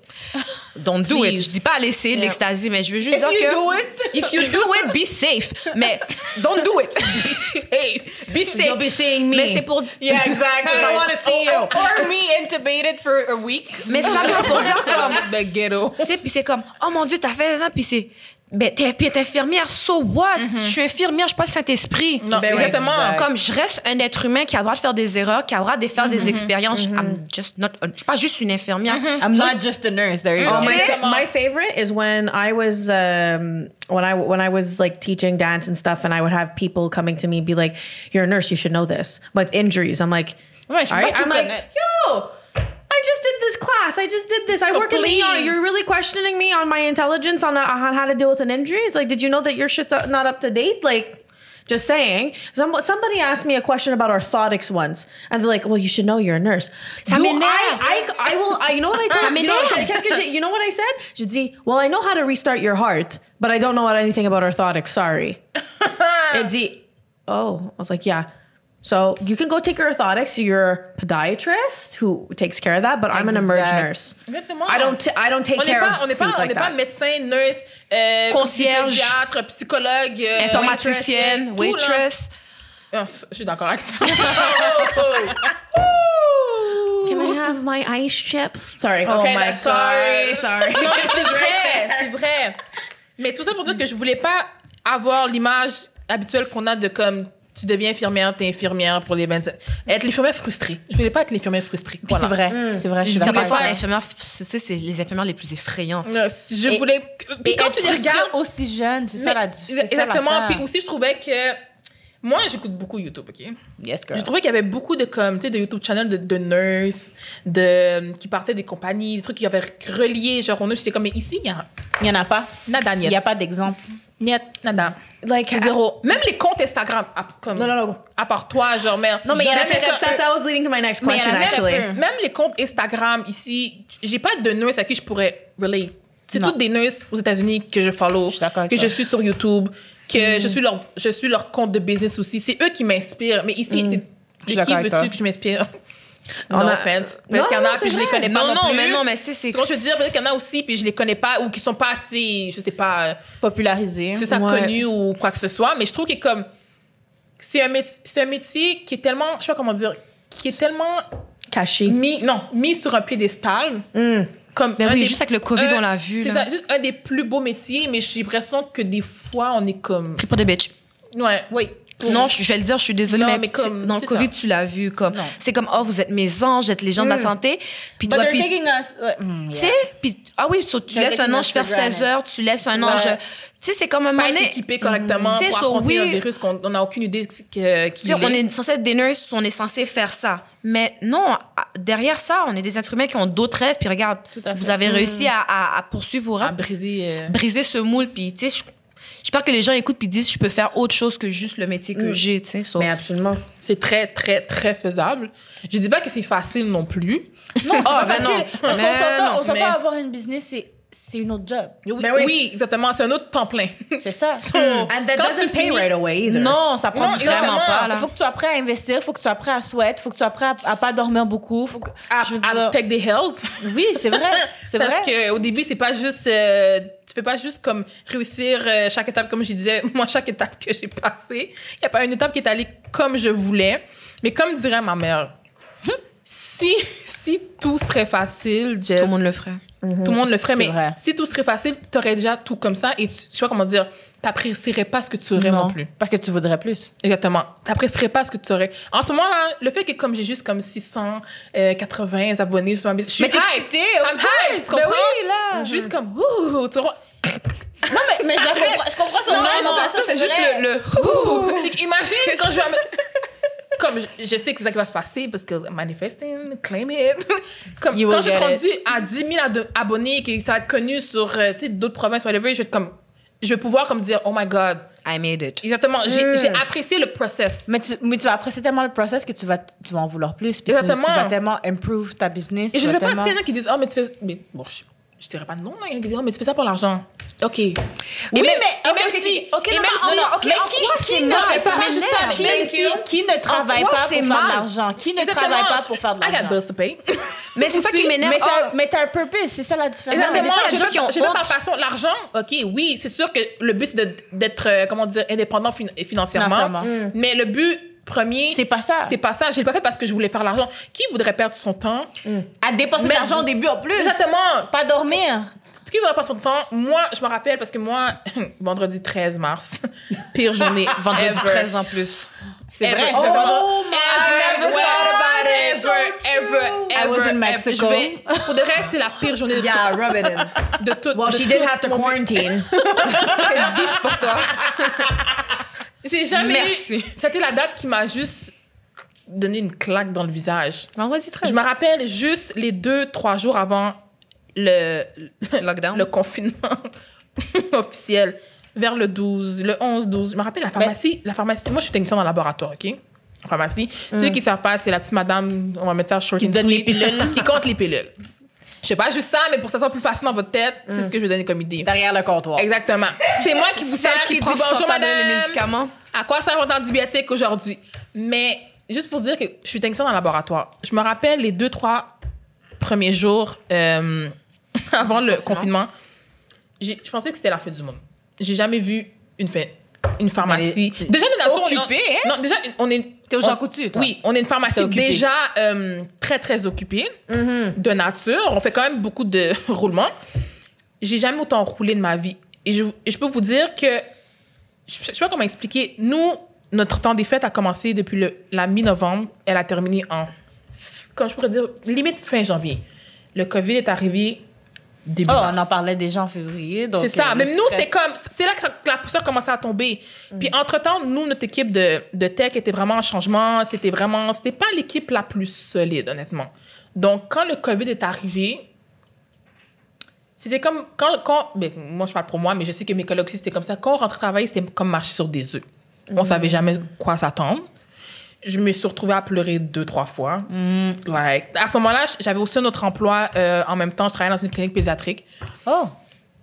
Speaker 5: Don't do it. Je dis pas à l'essayer de l'extasie, mais je veux juste
Speaker 1: If
Speaker 5: dire
Speaker 1: you
Speaker 5: que.
Speaker 1: do it.
Speaker 5: If you do it, be safe. Mais don't do it. Be safe.
Speaker 4: You'll be seeing me.
Speaker 5: Mais c'est pour.
Speaker 1: Yeah, exactly.
Speaker 5: I wanna see you.
Speaker 1: Or me intubated for a week.
Speaker 5: Mais ça, mais c'est pour dire comme.
Speaker 3: The ghetto.
Speaker 5: Tu sais, puis c'est comme, oh mon Dieu, t'as fait ça, puis c'est, ben, t'es, puis t'es infirmière, so what? Je suis infirmière, je suis pas le Saint-Esprit.
Speaker 3: Mhm. Non,
Speaker 4: Ben ouais,
Speaker 3: exactement.
Speaker 4: exact.
Speaker 5: Comme je reste un être humain qui a le droit de faire des erreurs, qui a le droit de faire
Speaker 3: Mhm.
Speaker 5: des expériences. I'm just not, je suis pas juste une infirmière. Euh,
Speaker 3: Euh,
Speaker 1: I'm not just a nurse. There you
Speaker 4: Oh,
Speaker 1: go.
Speaker 4: my,
Speaker 5: That's
Speaker 4: fa-
Speaker 3: it.
Speaker 4: my favorite is when I was um, when I when I was like teaching dance and stuff, and I would have people coming to me and be like, "You're a nurse, you should know this." With injuries, I'm like,
Speaker 1: Ouais, je suis
Speaker 4: all
Speaker 1: pas
Speaker 4: right,
Speaker 1: tout
Speaker 4: I'm like,
Speaker 1: connaître.
Speaker 4: yo. I just did this class. I just did this. I
Speaker 3: So
Speaker 4: work in the ER.
Speaker 3: please.
Speaker 4: You're really questioning me on my intelligence on, uh, on how to deal with an injury. It's like, did you know that your shit's uh, not up to date? Like, just saying. Some, somebody asked me a question about orthotics once, and they're like, "Well, you should know you're a nurse."
Speaker 5: Ça
Speaker 4: Do
Speaker 5: m'énerve.
Speaker 4: I, I, I will. I, you know what I
Speaker 5: Ça
Speaker 4: told you know,
Speaker 5: m'énerve.
Speaker 4: qu'est-ce que j'ai- you know what I said? J'ai dit, well, I know how to restart your heart, but I don't know anything about orthotics. Sorry. Elle dit, oh, I was like, yeah. So you can go take your orthotics. You're a podiatrist who takes care of that, but I'm an emerge
Speaker 1: Exact.
Speaker 4: nurse.
Speaker 3: Exactement.
Speaker 4: I don't. T- I don't take
Speaker 3: On n'est
Speaker 4: care
Speaker 3: pas,
Speaker 4: of
Speaker 3: on n'est pas,
Speaker 4: food
Speaker 3: on
Speaker 4: like
Speaker 3: n'est pas
Speaker 4: that.
Speaker 3: médecin, nurse, euh,
Speaker 5: Concierge.
Speaker 3: psychiatre, psychologue, euh,
Speaker 5: Informaticienne,
Speaker 3: waitress, oh, tout, là.
Speaker 5: waitress.
Speaker 3: Ah, Je suis d'accord avec ça.
Speaker 4: Can I have my ice chips? Sorry.
Speaker 3: Oh
Speaker 4: okay,
Speaker 3: my
Speaker 4: that's sorry.
Speaker 3: God.
Speaker 4: Sorry.
Speaker 3: Non, mais c'est vrai, c'est vrai. Mais tout ça pour dire que je voulais pas avoir l'image habituelle qu'on a de comme tu deviens infirmière, t'es infirmière pour les 27. Être l'infirmière frustrée. Je voulais pas être l'infirmière frustrée.
Speaker 1: Puis C'est
Speaker 3: Voilà.
Speaker 1: vrai.
Speaker 4: Mm.
Speaker 1: C'est vrai, je suis
Speaker 5: T'as
Speaker 1: d'accord.
Speaker 5: pas
Speaker 3: d'accord.
Speaker 5: ça, infirmière, c'est, c'est- c'est les infirmières les plus effrayantes.
Speaker 3: Euh, si Je
Speaker 1: Et-
Speaker 3: voulais. Puis
Speaker 1: Et
Speaker 3: quand tu les regardes,
Speaker 1: aussi jeune, c'est
Speaker 3: mais-
Speaker 1: ça la difficulté.
Speaker 3: Exactement. Puis aussi, je trouvais que. Moi, j'écoute beaucoup YouTube, OK?
Speaker 1: Yes, girl.
Speaker 3: J'ai trouvé qu'il y avait beaucoup de, comme, tu sais, de YouTube channel de, de nurses, de, qui partaient des compagnies, des trucs qui avaient relié. Genre, on a, j'étais comme, mais ici, il y a
Speaker 1: Il y en a pas.
Speaker 3: nada,
Speaker 1: Il
Speaker 3: niet.
Speaker 1: n'y a pas d'exemple.
Speaker 3: Niet, nada.
Speaker 4: Like
Speaker 3: Zéro. Même les comptes Instagram, à, comme,
Speaker 4: Non, non, non.
Speaker 3: à part toi, genre, mais...
Speaker 4: No, mais il y en a
Speaker 3: Jamais
Speaker 4: peut-être-
Speaker 3: ça-
Speaker 4: that that was leading to my next
Speaker 3: mais il y en
Speaker 4: question,
Speaker 3: a même-
Speaker 4: actually.
Speaker 3: Même les comptes Instagram ici, j'ai pas de nurse à qui je pourrais relate. C'est
Speaker 1: Non.
Speaker 3: toutes des nurses aux États-Unis que je follow,
Speaker 1: Je suis d'accord avec
Speaker 3: que
Speaker 1: toi.
Speaker 3: je suis sur YouTube, que je suis leur je suis leur compte de business aussi. C'est eux qui m'inspirent. Mais ici, de-
Speaker 1: Je suis
Speaker 3: de
Speaker 1: d'accord
Speaker 3: qui
Speaker 1: avec toi.
Speaker 3: veux-tu que je m'inspire
Speaker 4: On
Speaker 3: No
Speaker 4: a-
Speaker 3: offense.
Speaker 4: Non,
Speaker 3: Peut-être qu'il y en
Speaker 4: non,
Speaker 3: a
Speaker 4: c'est
Speaker 3: puis je les
Speaker 4: vrai.
Speaker 3: connais pas
Speaker 5: Non,
Speaker 3: non,
Speaker 5: non,
Speaker 3: plus.
Speaker 5: mais non, mais c'est. C'est,
Speaker 3: C'est ce que je veux dire, peut-être qu'il y en a aussi puis je les connais pas ou qui sont pas assez, je sais pas,
Speaker 1: Popularisé.
Speaker 3: c'est ça
Speaker 4: Ouais.
Speaker 3: connu ou quoi que ce soit mais je trouve que comme c'est un métier, c'est un métier qui est tellement je sais pas comment dire qui est tellement
Speaker 4: Kashi.
Speaker 3: mis non mis sur un piédestal comme
Speaker 5: Ben
Speaker 3: un
Speaker 5: oui,
Speaker 3: des-
Speaker 5: juste avec le COVID,
Speaker 3: un-
Speaker 5: on l'a vu.
Speaker 3: c'est
Speaker 5: Là.
Speaker 3: ça juste un des plus beaux métiers mais j'ai l'impression que des fois on est comme
Speaker 5: Pris pour des bitches.
Speaker 3: ouais
Speaker 1: Oui.
Speaker 5: Non, je je vais le dire, je suis désolée,
Speaker 3: Non,
Speaker 5: mais,
Speaker 3: mais comme-
Speaker 5: c'est- dans le
Speaker 3: c'est
Speaker 5: COVID, tu l'as vu. comme C'est comme, oh, vous êtes mes anges, vous êtes les gens de
Speaker 3: Mm.
Speaker 5: la santé. Puis
Speaker 1: But
Speaker 5: toi,
Speaker 1: they're
Speaker 5: puis-
Speaker 1: taking us. ouais. Mm,
Speaker 5: Tu
Speaker 1: yeah.
Speaker 5: sais, puis ah oui, so tu
Speaker 1: Le
Speaker 5: laisses un
Speaker 1: rythme
Speaker 5: ange faire
Speaker 1: Instagram,
Speaker 5: 16 heures, tu laisses un ange.
Speaker 3: Ouais.
Speaker 5: Tu sais, c'est comme un moment
Speaker 3: pas être
Speaker 5: donné.
Speaker 3: équipé correctement
Speaker 5: C'est
Speaker 3: pour
Speaker 5: ça,
Speaker 3: affronter
Speaker 5: oui.
Speaker 3: un virus qu'on on n'a aucune idée que- que-
Speaker 5: Tu
Speaker 3: qu'il
Speaker 5: sais, on
Speaker 3: est.
Speaker 5: est censé être des nurses, on est censé faire ça. Mais non, à- derrière ça, on est des êtres humains qui ont d'autres rêves. Puis regarde,
Speaker 3: à fait. Mm-hmm.
Speaker 5: vous avez réussi à, à- à poursuivre vos
Speaker 3: à
Speaker 5: rêves, puis
Speaker 3: briser euh,
Speaker 5: briser ce moule. Puis tu sais, je- j'espère que les gens écoutent puis disent, je peux faire autre chose que juste le métier
Speaker 3: Mm.
Speaker 5: que j'ai. Tu sais, so-
Speaker 4: Mais absolument.
Speaker 3: c'est très très très faisable je dis pas que c'est facile non plus
Speaker 1: Non, c'est pas
Speaker 5: ben
Speaker 1: facile.
Speaker 5: non.
Speaker 1: Parce qu'on
Speaker 5: Mais
Speaker 1: s'entend,
Speaker 5: non,
Speaker 1: on s'entend
Speaker 3: mais-
Speaker 1: avoir une business, c'est- c'est une autre job.
Speaker 3: oui,
Speaker 4: Ben oui.
Speaker 3: oui, exactement c'est un autre temps plein
Speaker 1: C'est ça. Mm.
Speaker 4: And that
Speaker 3: Mm. Quand
Speaker 4: doesn't
Speaker 3: tu
Speaker 4: pay
Speaker 3: finis-
Speaker 4: right away either.
Speaker 1: Non, ça prend
Speaker 3: Non,
Speaker 1: du temps.
Speaker 5: vraiment pas, là.
Speaker 1: Faut que tu sois prêt à investir, faut que tu sois prêt à souhaiter, faut que tu sois prêt à, à pas dormir beaucoup. Faut que,
Speaker 3: à,
Speaker 1: je veux dire-
Speaker 3: à take the hills
Speaker 1: oui, c'est vrai. C'est vrai.
Speaker 3: Parce que au début, c'est pas juste. euh, tu fais pas juste comme réussir euh, chaque étape, comme je disais. Moi, chaque étape que j'ai passée, il n'y a pas une étape qui est allée comme je voulais. Mais comme dirait ma mère, si, si tout serait facile, Jess,
Speaker 5: tout le monde le ferait.
Speaker 3: tout le monde le ferait.
Speaker 1: Mm. C'est
Speaker 3: Mais
Speaker 1: vrai.
Speaker 3: si tout serait facile, tu aurais déjà tout comme ça et tu, tu vois comment dire, t'apprécierais pas ce que tu aurais non, plus.
Speaker 1: Parce que tu voudrais plus.
Speaker 3: Exactement. T'apprécierais pas ce que tu aurais. En ce moment-là, le fait que comme j'ai juste comme 680 abonnés sur ma business, je suis
Speaker 1: Mais t'es
Speaker 3: hype.
Speaker 1: excitée,
Speaker 3: I'm
Speaker 1: of
Speaker 3: hype,
Speaker 1: course.
Speaker 3: tu
Speaker 1: Ben
Speaker 3: comprends?
Speaker 1: oui, là.
Speaker 3: Juste comme, ouh, tu vois.
Speaker 1: Non, mais, mais je, la comprends, je comprends son
Speaker 3: Non,
Speaker 1: nom,
Speaker 3: non,
Speaker 1: ça,
Speaker 3: ça, c'est juste
Speaker 1: vrai.
Speaker 3: le, le ouh. Fait que Imagine quand je vais me- Comme je, je sais que c'est ça qui va se passer parce que manifesting, claim it. Comme
Speaker 1: You
Speaker 3: quand
Speaker 1: will
Speaker 3: je suis
Speaker 1: get
Speaker 3: rendue à 10 000 ado- abonnés et que ça va être connu sur euh, tu sais, d'autres provinces, whatever, je vais être comme. je vais pouvoir comme dire, oh my God.
Speaker 5: I made it.
Speaker 3: Exactement. J'ai j'ai apprécié le process.
Speaker 1: Mais tu, mais tu vas apprécier tellement le process que tu vas, tu vas en vouloir plus. Puis tu, tu
Speaker 3: Exactement.
Speaker 1: vas tellement improve ta business.
Speaker 3: Et
Speaker 1: tu
Speaker 3: je ne
Speaker 1: vas
Speaker 3: veux pas, tu
Speaker 1: tellement-
Speaker 3: sais, il y en a qui disent, oh, mais tu fais. Mais bon, je, je dirais pas non, là. Il y en a qui disent, oh, mais tu fais ça pour l'argent. OK. Oui, mais. Et même
Speaker 4: ok, ok,
Speaker 3: si.
Speaker 4: ok,
Speaker 3: et
Speaker 4: non,
Speaker 3: même
Speaker 1: oh,
Speaker 4: non,
Speaker 3: si.
Speaker 4: non, ok,
Speaker 3: mais
Speaker 4: en
Speaker 3: qui,
Speaker 4: quoi c'est
Speaker 3: qui ne
Speaker 4: mal?
Speaker 3: fait
Speaker 4: Ça
Speaker 3: pas
Speaker 4: m'énerve.
Speaker 3: juste ça?
Speaker 1: Qui,
Speaker 3: Thank
Speaker 1: ici,
Speaker 3: you.
Speaker 1: qui ne travaille
Speaker 4: quoi
Speaker 1: pas pour
Speaker 4: c'est
Speaker 1: faire
Speaker 4: mal?
Speaker 1: de l'argent? Qui ne
Speaker 3: Exactement.
Speaker 1: travaille pas pour faire de
Speaker 3: I got
Speaker 1: l'argent?
Speaker 3: bills to pay.
Speaker 4: Mais c'est ça qui m'énerve.
Speaker 1: Mais, c'est
Speaker 4: Ah,
Speaker 1: un- mais t'as un purpose, c'est ça la différence.
Speaker 4: Exactement.
Speaker 3: Oh. Exactement.
Speaker 4: c'est ça,
Speaker 3: Je
Speaker 4: les gens
Speaker 3: veux-
Speaker 4: qui ont
Speaker 3: je veux
Speaker 4: honte.
Speaker 3: par passion, l'argent, OK, oui, c'est sûr que le but, c'est de- d'être, euh, comment dire, indépendant fin- financièrement.
Speaker 1: Financièrement.
Speaker 3: Mais le but premier,
Speaker 1: C'est pas ça.
Speaker 3: c'est pas ça. Je l'ai pas fait parce que je voulais faire l'argent. Qui voudrait perdre son temps?
Speaker 1: À dépenser de
Speaker 3: Mais-
Speaker 1: l'argent au début en plus.
Speaker 3: Exactement.
Speaker 1: Pas dormir.
Speaker 3: Qui voudrait perdre son temps? Moi, je me rappelle parce que moi, vendredi 13 mars, pire journée.
Speaker 5: Vendredi
Speaker 3: ever.
Speaker 5: 13 en Ah, plus.
Speaker 1: C'est
Speaker 3: Ever.
Speaker 1: vrai.
Speaker 3: Oh,
Speaker 1: c'est vraiment-
Speaker 3: Ever,
Speaker 1: never
Speaker 3: ever,
Speaker 1: thought about it.
Speaker 3: Ever, ever,
Speaker 1: I was in
Speaker 3: ever.
Speaker 1: Mexico.
Speaker 3: Je vais- Pour de vrai, c'est la pire journée de
Speaker 4: Yeah, rub it in.
Speaker 3: de toute.
Speaker 4: Well,
Speaker 3: de
Speaker 4: she did
Speaker 3: toute
Speaker 4: have to
Speaker 3: mon-
Speaker 4: quarantine.
Speaker 5: C'est 10 pour toi.
Speaker 3: J'ai jamais. eu-
Speaker 5: Merci.
Speaker 3: C'était la date qui m'a juste donné une claque dans le visage.
Speaker 5: Vendredi
Speaker 3: Je
Speaker 5: 13.
Speaker 3: me rappelle juste les deux, trois jours avant le,
Speaker 5: Lockdown.
Speaker 3: le confinement officiel, vers le 12, le 11, 12. Je me rappelle la
Speaker 5: Ben-
Speaker 3: pharmacie. La pharmacie moi, je suis technicienne en laboratoire, OK? En Pharmacie. Ceux qui ne savent pas, c'est la petite madame, on va mettre ça short Qui
Speaker 5: Mm. donne les pilules.
Speaker 3: Qui compte les pilules. Je sais pas juste ça, mais pour que ça soit plus facile dans votre tête,
Speaker 5: Mm.
Speaker 3: c'est ce que je vais donner comme idée.
Speaker 1: Derrière le comptoir.
Speaker 3: Exactement. C'est moi qui vous
Speaker 5: Celle
Speaker 3: sers,
Speaker 5: qui
Speaker 3: dit
Speaker 5: prend son
Speaker 3: bonjour
Speaker 5: temps de les
Speaker 3: madame.
Speaker 5: médicaments.
Speaker 3: À quoi servent votre antibiotique aujourd'hui? Mais juste pour dire que je suis technicienne dans le laboratoire. Je me rappelle les deux, trois premiers jours euh, avant
Speaker 5: Du
Speaker 3: le
Speaker 5: confinement.
Speaker 3: confinement. j'ai- Je pensais que c'était la fin du monde. J'ai jamais vu une fin- Une pharmacie.
Speaker 1: Mais-
Speaker 3: déjà, nous, on-
Speaker 1: Occupée,
Speaker 3: on, non, déjà, on est.
Speaker 1: T'es aux gens
Speaker 3: on-
Speaker 1: coutus, toi.
Speaker 3: Oui, on est une
Speaker 1: T'es
Speaker 3: pharmacie
Speaker 1: occupée. Mm-hmm.
Speaker 3: déjà euh, très, très occupée de nature. On fait quand même beaucoup de roulements. J'ai jamais autant roulé de ma vie. Et je, et je peux vous dire que, je, je sais pas comment expliquer, nous, notre temps des fêtes a commencé depuis le- la mi-novembre. Elle a terminé en, comme je pourrais dire, limite fin janvier. Le COVID est arrivé début
Speaker 1: Oh,
Speaker 3: mars.
Speaker 1: on en parlait déjà en février. donc,
Speaker 3: C'est ça.
Speaker 1: euh,
Speaker 3: Même
Speaker 1: le
Speaker 3: nous,
Speaker 1: stress- Mm.
Speaker 3: c'était comme. C'est là que la- la poussière commençait à tomber. Puis, entre-temps, nous, notre équipe de, de tech était vraiment en changement. C'était vraiment. C'était pas l'équipe la plus solide, honnêtement. Donc, quand le COVID est arrivé, c'était comme. Quand, quand, ben, moi, je parle pour moi, mais je sais que mes collègues aussi, c'était comme ça. Quand on rentrait travailler, c'était comme marcher sur des œufs.
Speaker 1: Mm.
Speaker 3: On savait jamais quoi s'attendre. Je me suis retrouvée à pleurer deux, trois fois.
Speaker 1: Mm.
Speaker 3: Like, à ce moment-là, j'avais aussi un autre emploi euh, en même temps. Je travaillais dans une clinique pédiatrique.
Speaker 1: Oh,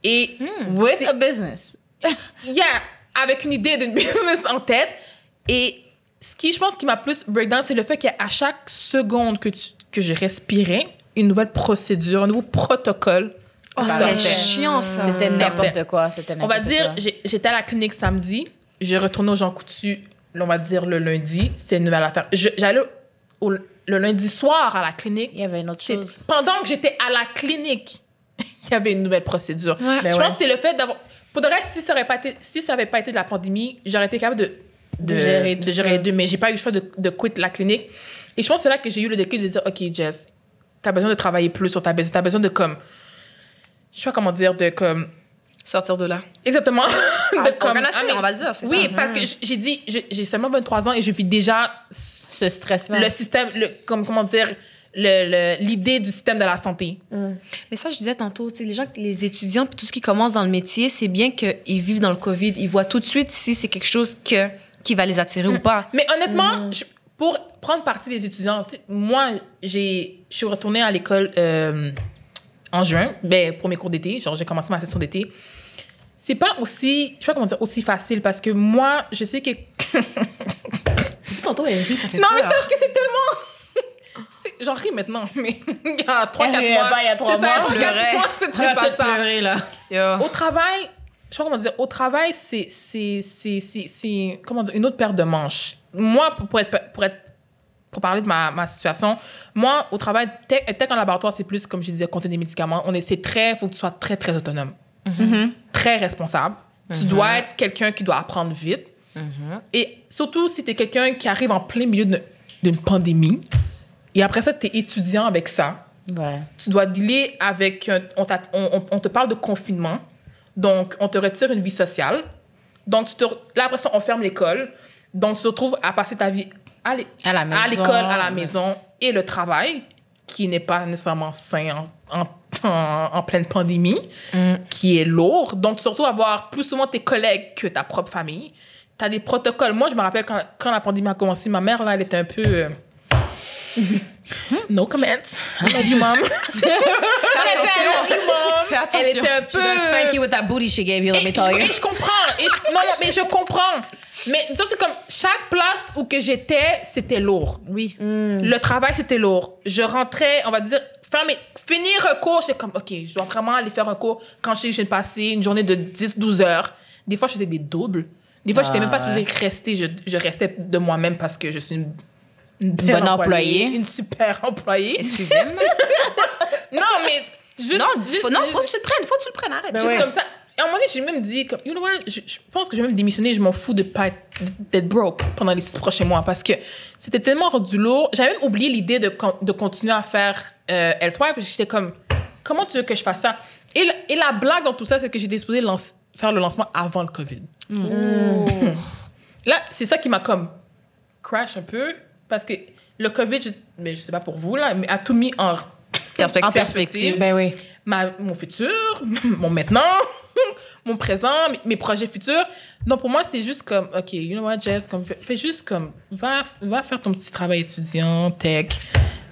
Speaker 3: Et
Speaker 1: with a business.
Speaker 3: yeah, avec une idée d'une business en tête. Et ce qui, je pense, qui m'a plus breakdown, c'est le fait qu'à chaque seconde que, tu, que je respirais, une nouvelle procédure, un nouveau protocole. sortait.
Speaker 5: Oh, C'était chiant, ça.
Speaker 1: C'était
Speaker 3: Ça
Speaker 1: n'importe
Speaker 3: fait-
Speaker 1: quoi. C'était
Speaker 3: on va
Speaker 1: n'importe
Speaker 3: dire,
Speaker 1: quoi.
Speaker 3: j'ai- j'étais à la clinique samedi, j'ai retourné aux Jean Coutu, on va dire le lundi, c'est une nouvelle affaire. Je- J'allais au- le lundi soir à la clinique,
Speaker 1: Il y avait une autre
Speaker 3: c'est-
Speaker 1: chose.
Speaker 3: Pendant que j'étais à la clinique, il y avait une nouvelle procédure. je
Speaker 1: Ben
Speaker 3: pense que c'est le fait d'avoir. Pour le reste, si ça n'avait pas été, si ça avait pas été de la pandémie, j'aurais été capable de, de,
Speaker 4: De gérer
Speaker 3: de
Speaker 4: tout
Speaker 3: gérer
Speaker 4: ça.
Speaker 3: les deux. Mais j'ai pas eu le choix de, de quitter la clinique. Et je pense que c'est là que j'ai eu le déclic de dire OK, Jess, tu as besoin de travailler plus sur ta business. Tu as besoin de comme. Je sais pas comment dire, de comme.
Speaker 5: Sortir de là.
Speaker 3: Exactement. de
Speaker 5: Ah, organiser,
Speaker 3: ah, mais-
Speaker 5: on va le dire, c'est
Speaker 3: Oui,
Speaker 5: ça. Mm-hmm.
Speaker 3: parce que j- j'ai dit, je- j'ai seulement 23 ans et je vis déjà
Speaker 1: Ce stress-là.
Speaker 3: le système, le, comme, comment dire, le- le- l'idée du système de la santé.
Speaker 5: Mais ça, je disais tantôt, tu sais, les gens, les étudiants, puis tout ce qui commence dans le métier, c'est bien qu'ils vivent dans le COVID. Ils voient tout de suite si c'est quelque chose que, qui va les attirer ou pas.
Speaker 3: Mais honnêtement,
Speaker 5: Mm-hmm.
Speaker 3: je- pour prendre partie des étudiants, tu sais, moi, j'ai- je suis retournée à l'école euh, en juin, ben, pour mes cours d'été. Genre, j'ai commencé ma session d'été. C'est pas aussi, je sais pas comment dire, aussi facile parce que moi, je sais que.
Speaker 4: Tantôt, elle rit, ça fait
Speaker 3: non, mais c'est
Speaker 4: peur.
Speaker 3: parce que c'est tellement. c'est- J'en ris maintenant, mais il y a 3-4 Ah, mois.
Speaker 4: Eh,
Speaker 2: riait pas il y a trois
Speaker 3: c'est ça,
Speaker 2: mois,
Speaker 3: trois, quatre
Speaker 5: pleurait.
Speaker 3: mois, c'était
Speaker 2: Elle a
Speaker 3: pas
Speaker 2: tout
Speaker 3: ça.
Speaker 2: pleuré, là.
Speaker 5: Yeah.
Speaker 3: Au travail, je sais pas comment dire, au travail, c'est, c'est, c'est, c'est, c'est- comment dire, une autre paire de manches. Moi, pour, pour être, pour être, pour parler de ma, ma situation, moi, au travail, tech, tech en laboratoire, c'est plus, comme je disais, compter des médicaments. On est, c'est très, faut que tu sois très, très autonome. Très responsable. Tu dois être quelqu'un qui doit apprendre vite. Et surtout, si tu es quelqu'un qui arrive en plein milieu d'une- d'une pandémie, et après ça, tu es étudiant avec ça
Speaker 1: Ouais.
Speaker 3: tu dois dealer avec. un- on, t'a- on- on- on te parle de confinement. Donc, on te retire une vie sociale. Donc, tu te, re- là, après ça, on ferme l'école. Donc, tu te retrouves à passer ta vie à l'é-
Speaker 1: À la maison.
Speaker 3: à l'école, à la maison et le travail. qui n'est pas nécessairement sain en, en- en- en pleine pandémie,
Speaker 1: Mm.
Speaker 3: qui est lourd. Donc, surtout avoir plus souvent tes collègues que ta propre famille. Tu as des protocoles. Moi, je me rappelle quand, quand la pandémie a commencé, ma mère, là, elle était un peu... euh, No comment. I love you, mom.
Speaker 5: Fais
Speaker 3: Elle
Speaker 5: attention.
Speaker 3: était un
Speaker 4: She gonna spank
Speaker 3: peu...
Speaker 4: you with that booty she gave you, let
Speaker 3: Et
Speaker 4: me
Speaker 3: je,
Speaker 4: tell you.
Speaker 3: et je comprends. Et je- non, non, mais je comprends. Mais ça, c'est comme chaque place où que j'étais, c'était lourd. Oui. Le travail, c'était lourd. Je rentrais, on va dire, faire mes- finir un cours, j'étais comme, OK, je dois vraiment aller faire un cours quand je sais que j'ai passé une journée de 10-12 heures. Des fois, je faisais des doubles. Des fois, je n'étais même pas
Speaker 5: Ah,
Speaker 3: supposée rester. Je, je restais de moi-même parce que je suis une, une belle
Speaker 1: Bonne employée.
Speaker 3: Une super employée.
Speaker 5: Excusez-moi.
Speaker 3: Non, mais juste...
Speaker 5: Non, faut,
Speaker 3: juste-
Speaker 5: non, faut que tu le prennes, faut que tu le prennes, arrête.
Speaker 4: Ben
Speaker 3: c'est comme ça. Et à un moment donné, j'ai même dit, comme, you know what, je, je pense que je vais même démissionner, je m'en fous de pas être d'être broke pendant les six prochains mois parce que c'était tellement rendu lourd. J'avais même oublié l'idée de, con- de continuer à faire euh, L3 parce que j'étais comme, comment tu veux que je fasse ça? Et, la- et la blague dans tout ça, c'est que j'étais supposée lance- faire le lancement avant le COVID.
Speaker 4: Mm.
Speaker 3: Là, c'est ça qui m'a comme crash un peu parce que le COVID, je, mais je sais pas pour vous, là, mais a tout mis en
Speaker 5: Perspective.
Speaker 3: en perspective
Speaker 4: Ben oui.
Speaker 3: ma, mon futur, mon maintenant, mon présent, mes, mes projets futurs. Donc, pour moi, c'était juste comme, OK, you know what, Jess, comme, fais, fais juste comme, va, va faire ton petit travail étudiant, tech,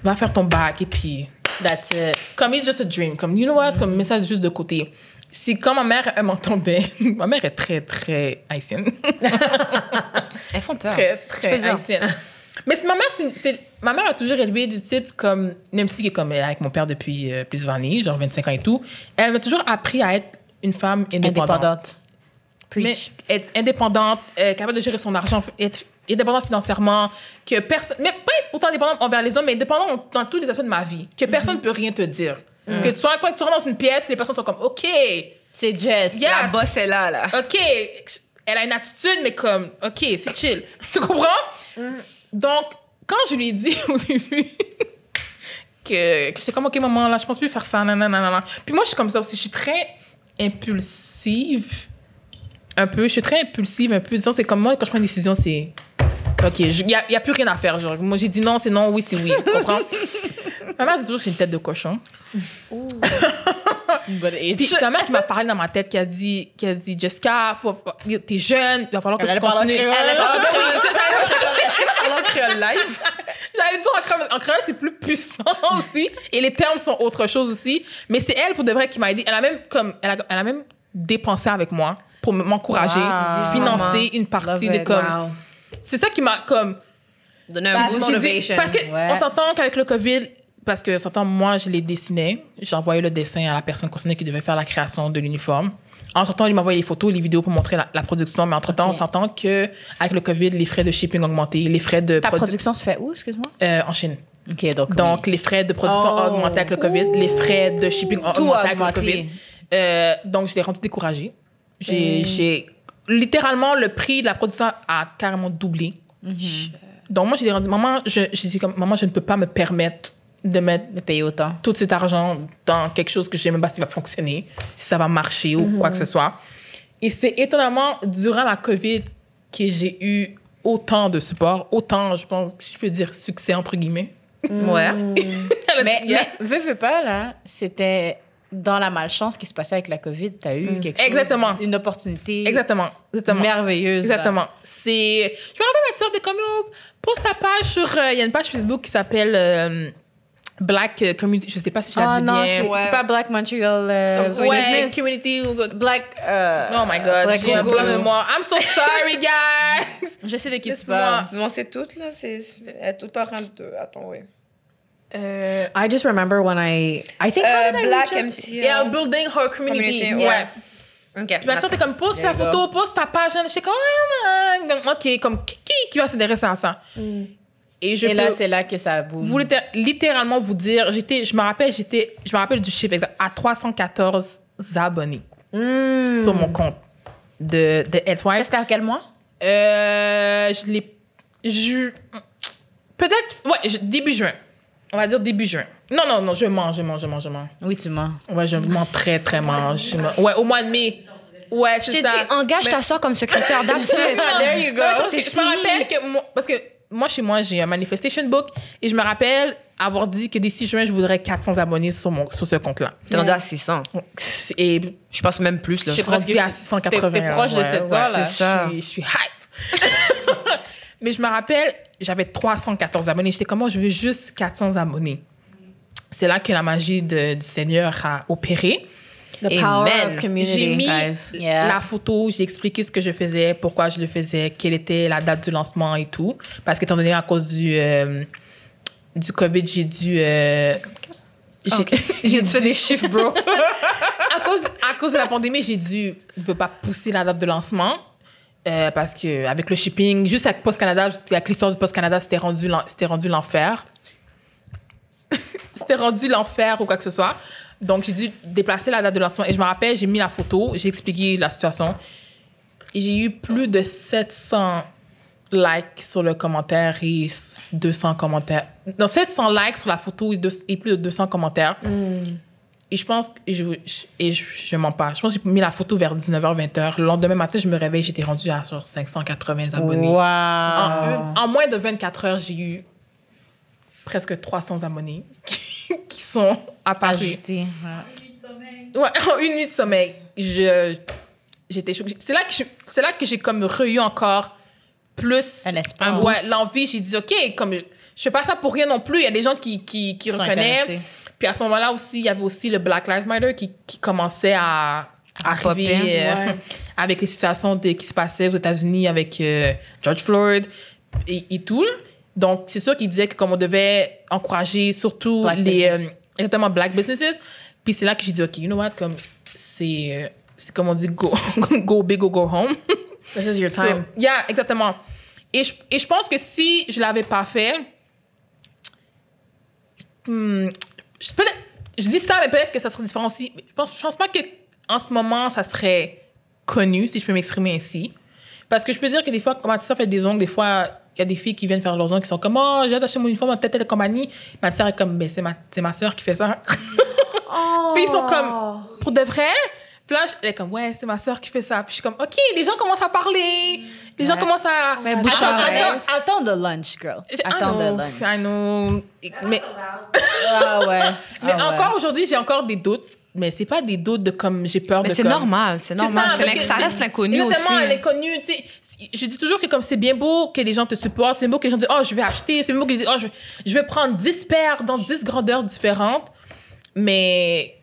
Speaker 3: va faire ton bac, et puis,
Speaker 1: That's it.
Speaker 3: comme, it's just a dream. Comme, you know what, comme, mets ça juste de côté. Si, quand ma mère, elle m'entendait, ma mère est très, très haïtienne.
Speaker 5: Elles font peur.
Speaker 3: très,
Speaker 5: peux
Speaker 3: très
Speaker 5: le dire.
Speaker 3: haïtienne. Mais c'est ma mère, c'est, c'est- ma mère a toujours élevé du type comme, même si elle est comme elle est avec mon père depuis euh, plusieurs années, genre 25 ans et tout, elle m'a toujours appris à être une femme indépendante.
Speaker 1: Indépendante.
Speaker 3: Mais
Speaker 1: Preach.
Speaker 3: être indépendante, euh, capable de gérer son argent, être indépendante financièrement, que personne, mais pas être autant indépendante envers les hommes, mais indépendante dans tous les aspects de ma vie, que personne
Speaker 5: Mm-hmm.
Speaker 3: ne peut rien te dire.
Speaker 5: Mm.
Speaker 3: Que tu sois quand tu rentres dans une pièce, les personnes sont comme, OK,
Speaker 1: C'est Jess.
Speaker 3: Yes.
Speaker 5: La bosse est là, là.
Speaker 3: OK, elle a une attitude, mais comme, OK, c'est chill. tu comprends? Donc, quand je lui ai dit au début que, que j'étais comme, OK, maman, là, je pense plus faire ça, nanana, nanana. Puis moi, je suis comme ça aussi. Je suis très impulsive, un peu. Je suis très impulsive, un peu. Disons, c'est comme moi, quand je prends une décision, c'est... OK, il n'y a, y a plus rien à faire. Genre, moi, j'ai dit non, c'est non, oui, c'est oui. Tu comprends? Ma mère, c'est toujours que j'ai une tête de cochon.
Speaker 1: C'est une bonne
Speaker 3: Puis
Speaker 1: age.
Speaker 3: c'est ma mère qui m'a parlé dans ma tête, qui a dit, qui a dit Jessica, faut, faut- t'es jeune, il va falloir que
Speaker 1: Elle
Speaker 3: tu
Speaker 1: allait parler en
Speaker 3: continues.
Speaker 1: créole.
Speaker 3: Elle allait parler en créole. C'est ça, j'allais-
Speaker 5: Alors, créole live.
Speaker 3: J'allais dire en créole, mais en créole, c'est plus puissant aussi. Et les termes sont autre chose aussi. Mais c'est elle, pour de vrai, qui m'a aidé. Elle a même, comme, elle a, elle a même dépensé avec moi pour m- m'encourager,
Speaker 1: Wow.
Speaker 3: financer une partie
Speaker 1: Love
Speaker 3: de
Speaker 1: it.
Speaker 3: comme. C'est ça qui m'a comme.
Speaker 5: Donner un boost.
Speaker 3: J'ai dit-
Speaker 4: Motivation.
Speaker 3: Parce que
Speaker 4: Ouais.
Speaker 3: on s'entend qu'avec le COVID, parce que on s'entend, moi, je les dessinais. J'envoyais le dessin à la personne concernée qui devait faire la création de l'uniforme. Entre-temps, ils m'envoyaient les photos, les vidéos pour montrer la, la production. Mais entre-temps, on s'entend que avec le COVID, les frais de shipping ont augmenté, les frais de
Speaker 1: Ta
Speaker 3: produ-
Speaker 1: production se fait où, excuse-moi?
Speaker 3: euh, en Chine.
Speaker 1: OK, donc. Oh.
Speaker 3: Donc, les frais de production ont augmenté avec le COVID, les frais de shipping ont
Speaker 1: Tout
Speaker 3: augmenté
Speaker 1: a
Speaker 3: avec le
Speaker 1: augmenté.
Speaker 3: COVID. Euh, donc, je l'ai rendu découragée.
Speaker 1: Ben.
Speaker 3: J'ai, j'ai- Littéralement, le prix de la production a carrément doublé.
Speaker 1: Mm-hmm.
Speaker 3: Donc, moi, je l'ai rendu... Maman, je, j'ai dit comme... Maman, je ne peux pas me permettre de mettre
Speaker 1: de payer autant.
Speaker 3: tout cet argent dans quelque chose que je ne sais même pas s'il va fonctionner, si ça va marcher ou
Speaker 1: Mm-hmm.
Speaker 3: quoi que ce soit. Et c'est étonnamment durant la COVID que j'ai eu autant de support, autant, je pense, je peux dire succès entre guillemets.
Speaker 5: Ouais.
Speaker 1: Mais,
Speaker 5: Yeah.
Speaker 1: mais veux, veux pas, là, c'était dans la malchance qui se passait avec la COVID. T'as eu quelque chose.
Speaker 3: Mm. Exactement.
Speaker 1: Une opportunité.
Speaker 3: Exactement, exactement.
Speaker 1: Merveilleuse. là.
Speaker 3: Exactement. C'est. Je me rappelle ma soeur de comme yo, poste ta page sur. euh, Il y a une page Facebook qui s'appelle euh, Black euh, Community. Je sais pas si je la
Speaker 1: Ah
Speaker 3: dis
Speaker 1: non, c'est
Speaker 3: bien.
Speaker 1: c'est pas Black Montreal. euh,
Speaker 3: Ouais,
Speaker 1: business.
Speaker 3: community. ou-
Speaker 1: Black. euh,
Speaker 3: Oh my god,
Speaker 1: Black
Speaker 3: j'ai un
Speaker 1: Google.
Speaker 3: blanc de mémoire. I'm so sorry, guys!
Speaker 1: Je sais de qui tu
Speaker 3: Laisse-moi.
Speaker 1: parles.
Speaker 5: Mais on sait toutes, là. C'est tout en train de. Attends, oui.
Speaker 1: Euh,
Speaker 4: I just remember when I, I think how
Speaker 5: Euh,
Speaker 4: did I
Speaker 5: Black
Speaker 4: reach out to-
Speaker 5: MTL.
Speaker 3: Yeah, building her community.
Speaker 5: Community,
Speaker 3: ouais.
Speaker 5: ouais. OK.
Speaker 3: Puis ma soeur, t'es comme, poste ta
Speaker 1: There you
Speaker 3: photo, poste ta page. Je suis comme, ah, ah, ok, comme, qui, qui- qui va s'intéresser à ça?
Speaker 5: Mm.
Speaker 3: Et je
Speaker 1: Et là,
Speaker 3: peux-
Speaker 1: c'est là que ça boum.
Speaker 3: vous litté- littéralement vous dire, j'étais, je me rappelle, j'étais, je me rappelle du chiffre exact, à 314 abonnés
Speaker 5: Mm.
Speaker 3: sur mon compte de, de
Speaker 1: Ça,
Speaker 3: Healthwise.
Speaker 1: c'était à quel mois?
Speaker 3: Euh, je l'ai, je, peut-être, ouais, je- début juin. On va dire début juin. Non, non, non, je mens, je mens, je mens, je mens.
Speaker 1: Oui, tu mens.
Speaker 3: Ouais, je mens très, très mens. Je mens. Ouais, au mois de mai. Ouais,
Speaker 5: Je
Speaker 3: c'est
Speaker 5: t'ai
Speaker 3: ça.
Speaker 5: dit, engage
Speaker 3: Mais-
Speaker 5: ta soeur comme secrétaire, that's it.
Speaker 1: Ah, There you go.
Speaker 3: Ouais, parce que
Speaker 5: c'est
Speaker 3: je me rappelle que moi, parce que moi chez moi j'ai un manifestation book et je me rappelle avoir dit que d'ici juin je voudrais 400 abonnés sur mon sur ce compte là.
Speaker 5: T'es rendu à 600.
Speaker 3: Et
Speaker 5: Je pense même plus, là.
Speaker 1: Je sais pas.
Speaker 3: presque
Speaker 1: Presque
Speaker 3: à 680.
Speaker 1: t'es- t'es proche de 700, là.
Speaker 5: C'est ça.
Speaker 3: Je suis, je suis hype. Mais je me rappelle, j'avais 314 abonnés. J'étais comme, moi, je veux juste 400 abonnés. C'est là que la magie de- du Seigneur a opéré.
Speaker 4: The power
Speaker 5: Amen.
Speaker 4: of
Speaker 3: J'ai
Speaker 4: community,
Speaker 3: mis
Speaker 4: guys.
Speaker 1: Yeah.
Speaker 3: la photo, j'ai expliqué ce que je faisais, pourquoi je le faisais, quelle était la date du lancement et tout. Parce que, étant donné à cause du, euh, du COVID, j'ai dû. euh, j'ai j'ai
Speaker 1: Tu
Speaker 3: dû
Speaker 1: fais des chiffres, bro.
Speaker 3: à cause, à cause de la pandémie, j'ai dû je veux pas pousser la date de lancement. euh, parce que avec le shipping, juste avec Post Canada, avec l'histoire du Post Canada, c'était rendu, l'en- c'était rendu l'enfer. c'était rendu l'enfer ou quoi que ce soit. Donc j'ai dû déplacer la date de lancement. Et je me rappelle, j'ai mis la photo, j'ai expliqué la situation. Et j'ai eu plus de 700 likes sur le commentaire et 200 commentaires. Non, 700 likes sur la photo et, deux- et plus de 200 commentaires. Et je pense, et je, je- et je, je mens pas, je pense que j'ai mis la photo vers 19h, 20h. Le lendemain matin, je me réveille, j'étais rendue à genre 580 abonnés.
Speaker 1: Wow.
Speaker 3: En,
Speaker 1: Ah.
Speaker 3: une- en moins de 24 heures, j'ai eu presque 300 abonnés qui, qui sont apparus.
Speaker 1: Ajouté, hein. ouais.
Speaker 3: Ouais, en une nuit de sommeil, je j'étais choquée. C'est là que je- c'est là que j'ai comme reçu encore plus
Speaker 1: Un espoir.
Speaker 3: ouais, l'envie, j'ai dit OK, comme je fais pas ça pour rien non plus, il y a des gens qui qui, qui
Speaker 1: Ils sont
Speaker 3: reconnaissent.
Speaker 1: intéressés.
Speaker 3: Puis à ce moment-là aussi, il y avait aussi le Black Lives Matter qui, qui commençait
Speaker 5: À
Speaker 3: à arriver
Speaker 5: popper,
Speaker 3: euh, avec les situations de- qui se passaient aux États-Unis avec euh, George Floyd et, et tout. Donc, c'est sûr qu'il disait que comme on devait encourager surtout
Speaker 1: Black
Speaker 3: les
Speaker 1: business.
Speaker 3: euh, exactement black businesses. Puis c'est là que j'ai dit OK, you know what, comme c'est euh, c'est comme on dit go go big or go home.
Speaker 4: This is your
Speaker 3: So,
Speaker 4: time.
Speaker 3: yeah, exactement. Et je, et je pense que si je l'avais pas fait, hmm, je, peut-être- je dis ça, mais peut-être que ça serait différent aussi. Je pense, je pense pas que en ce moment, ça serait connu, si je peux m'exprimer ainsi. Parce que je peux dire que des fois, quand Matissa fait des ongles, des fois, il y a des filles qui viennent faire leurs ongles qui sont comme Oh, j'ai hâte d'acheter mon uniforme à telle, telle compagnie. Ma soeur est comme Ben, c'est ma, c'est ma soeur qui fait ça. Puis ils sont comme Pour de vrai Puis là, elle est comme Ouais, c'est ma soeur qui fait ça. Puis je suis comme Ok, les gens commencent à parler. Les gens commencent à. Mais
Speaker 1: Attends, attends, attends le lunch, girl.
Speaker 3: ah,
Speaker 1: Attends le lunch.
Speaker 3: I know. Mais
Speaker 1: Ah ouais.
Speaker 3: c'est
Speaker 1: Ah ouais.
Speaker 3: encore aujourd'hui, j'ai encore des doutes. Mais c'est pas des doutes de comme j'ai peur
Speaker 5: Mais
Speaker 3: de
Speaker 5: c'est
Speaker 3: comme-
Speaker 5: normal, c'est
Speaker 3: C'est
Speaker 5: normal. C'est
Speaker 3: parce
Speaker 5: l'in-
Speaker 3: que-
Speaker 5: ça reste l'inconnu aussi.
Speaker 3: Exactement, l'inconnu, tu sais. Si- Je dis toujours que comme c'est bien beau que les gens te supportent, c'est beau que les gens disent oh je vais acheter, c'est beau que je dis oh je, je vais prendre 10 paires dans 10 grandeurs différentes, mais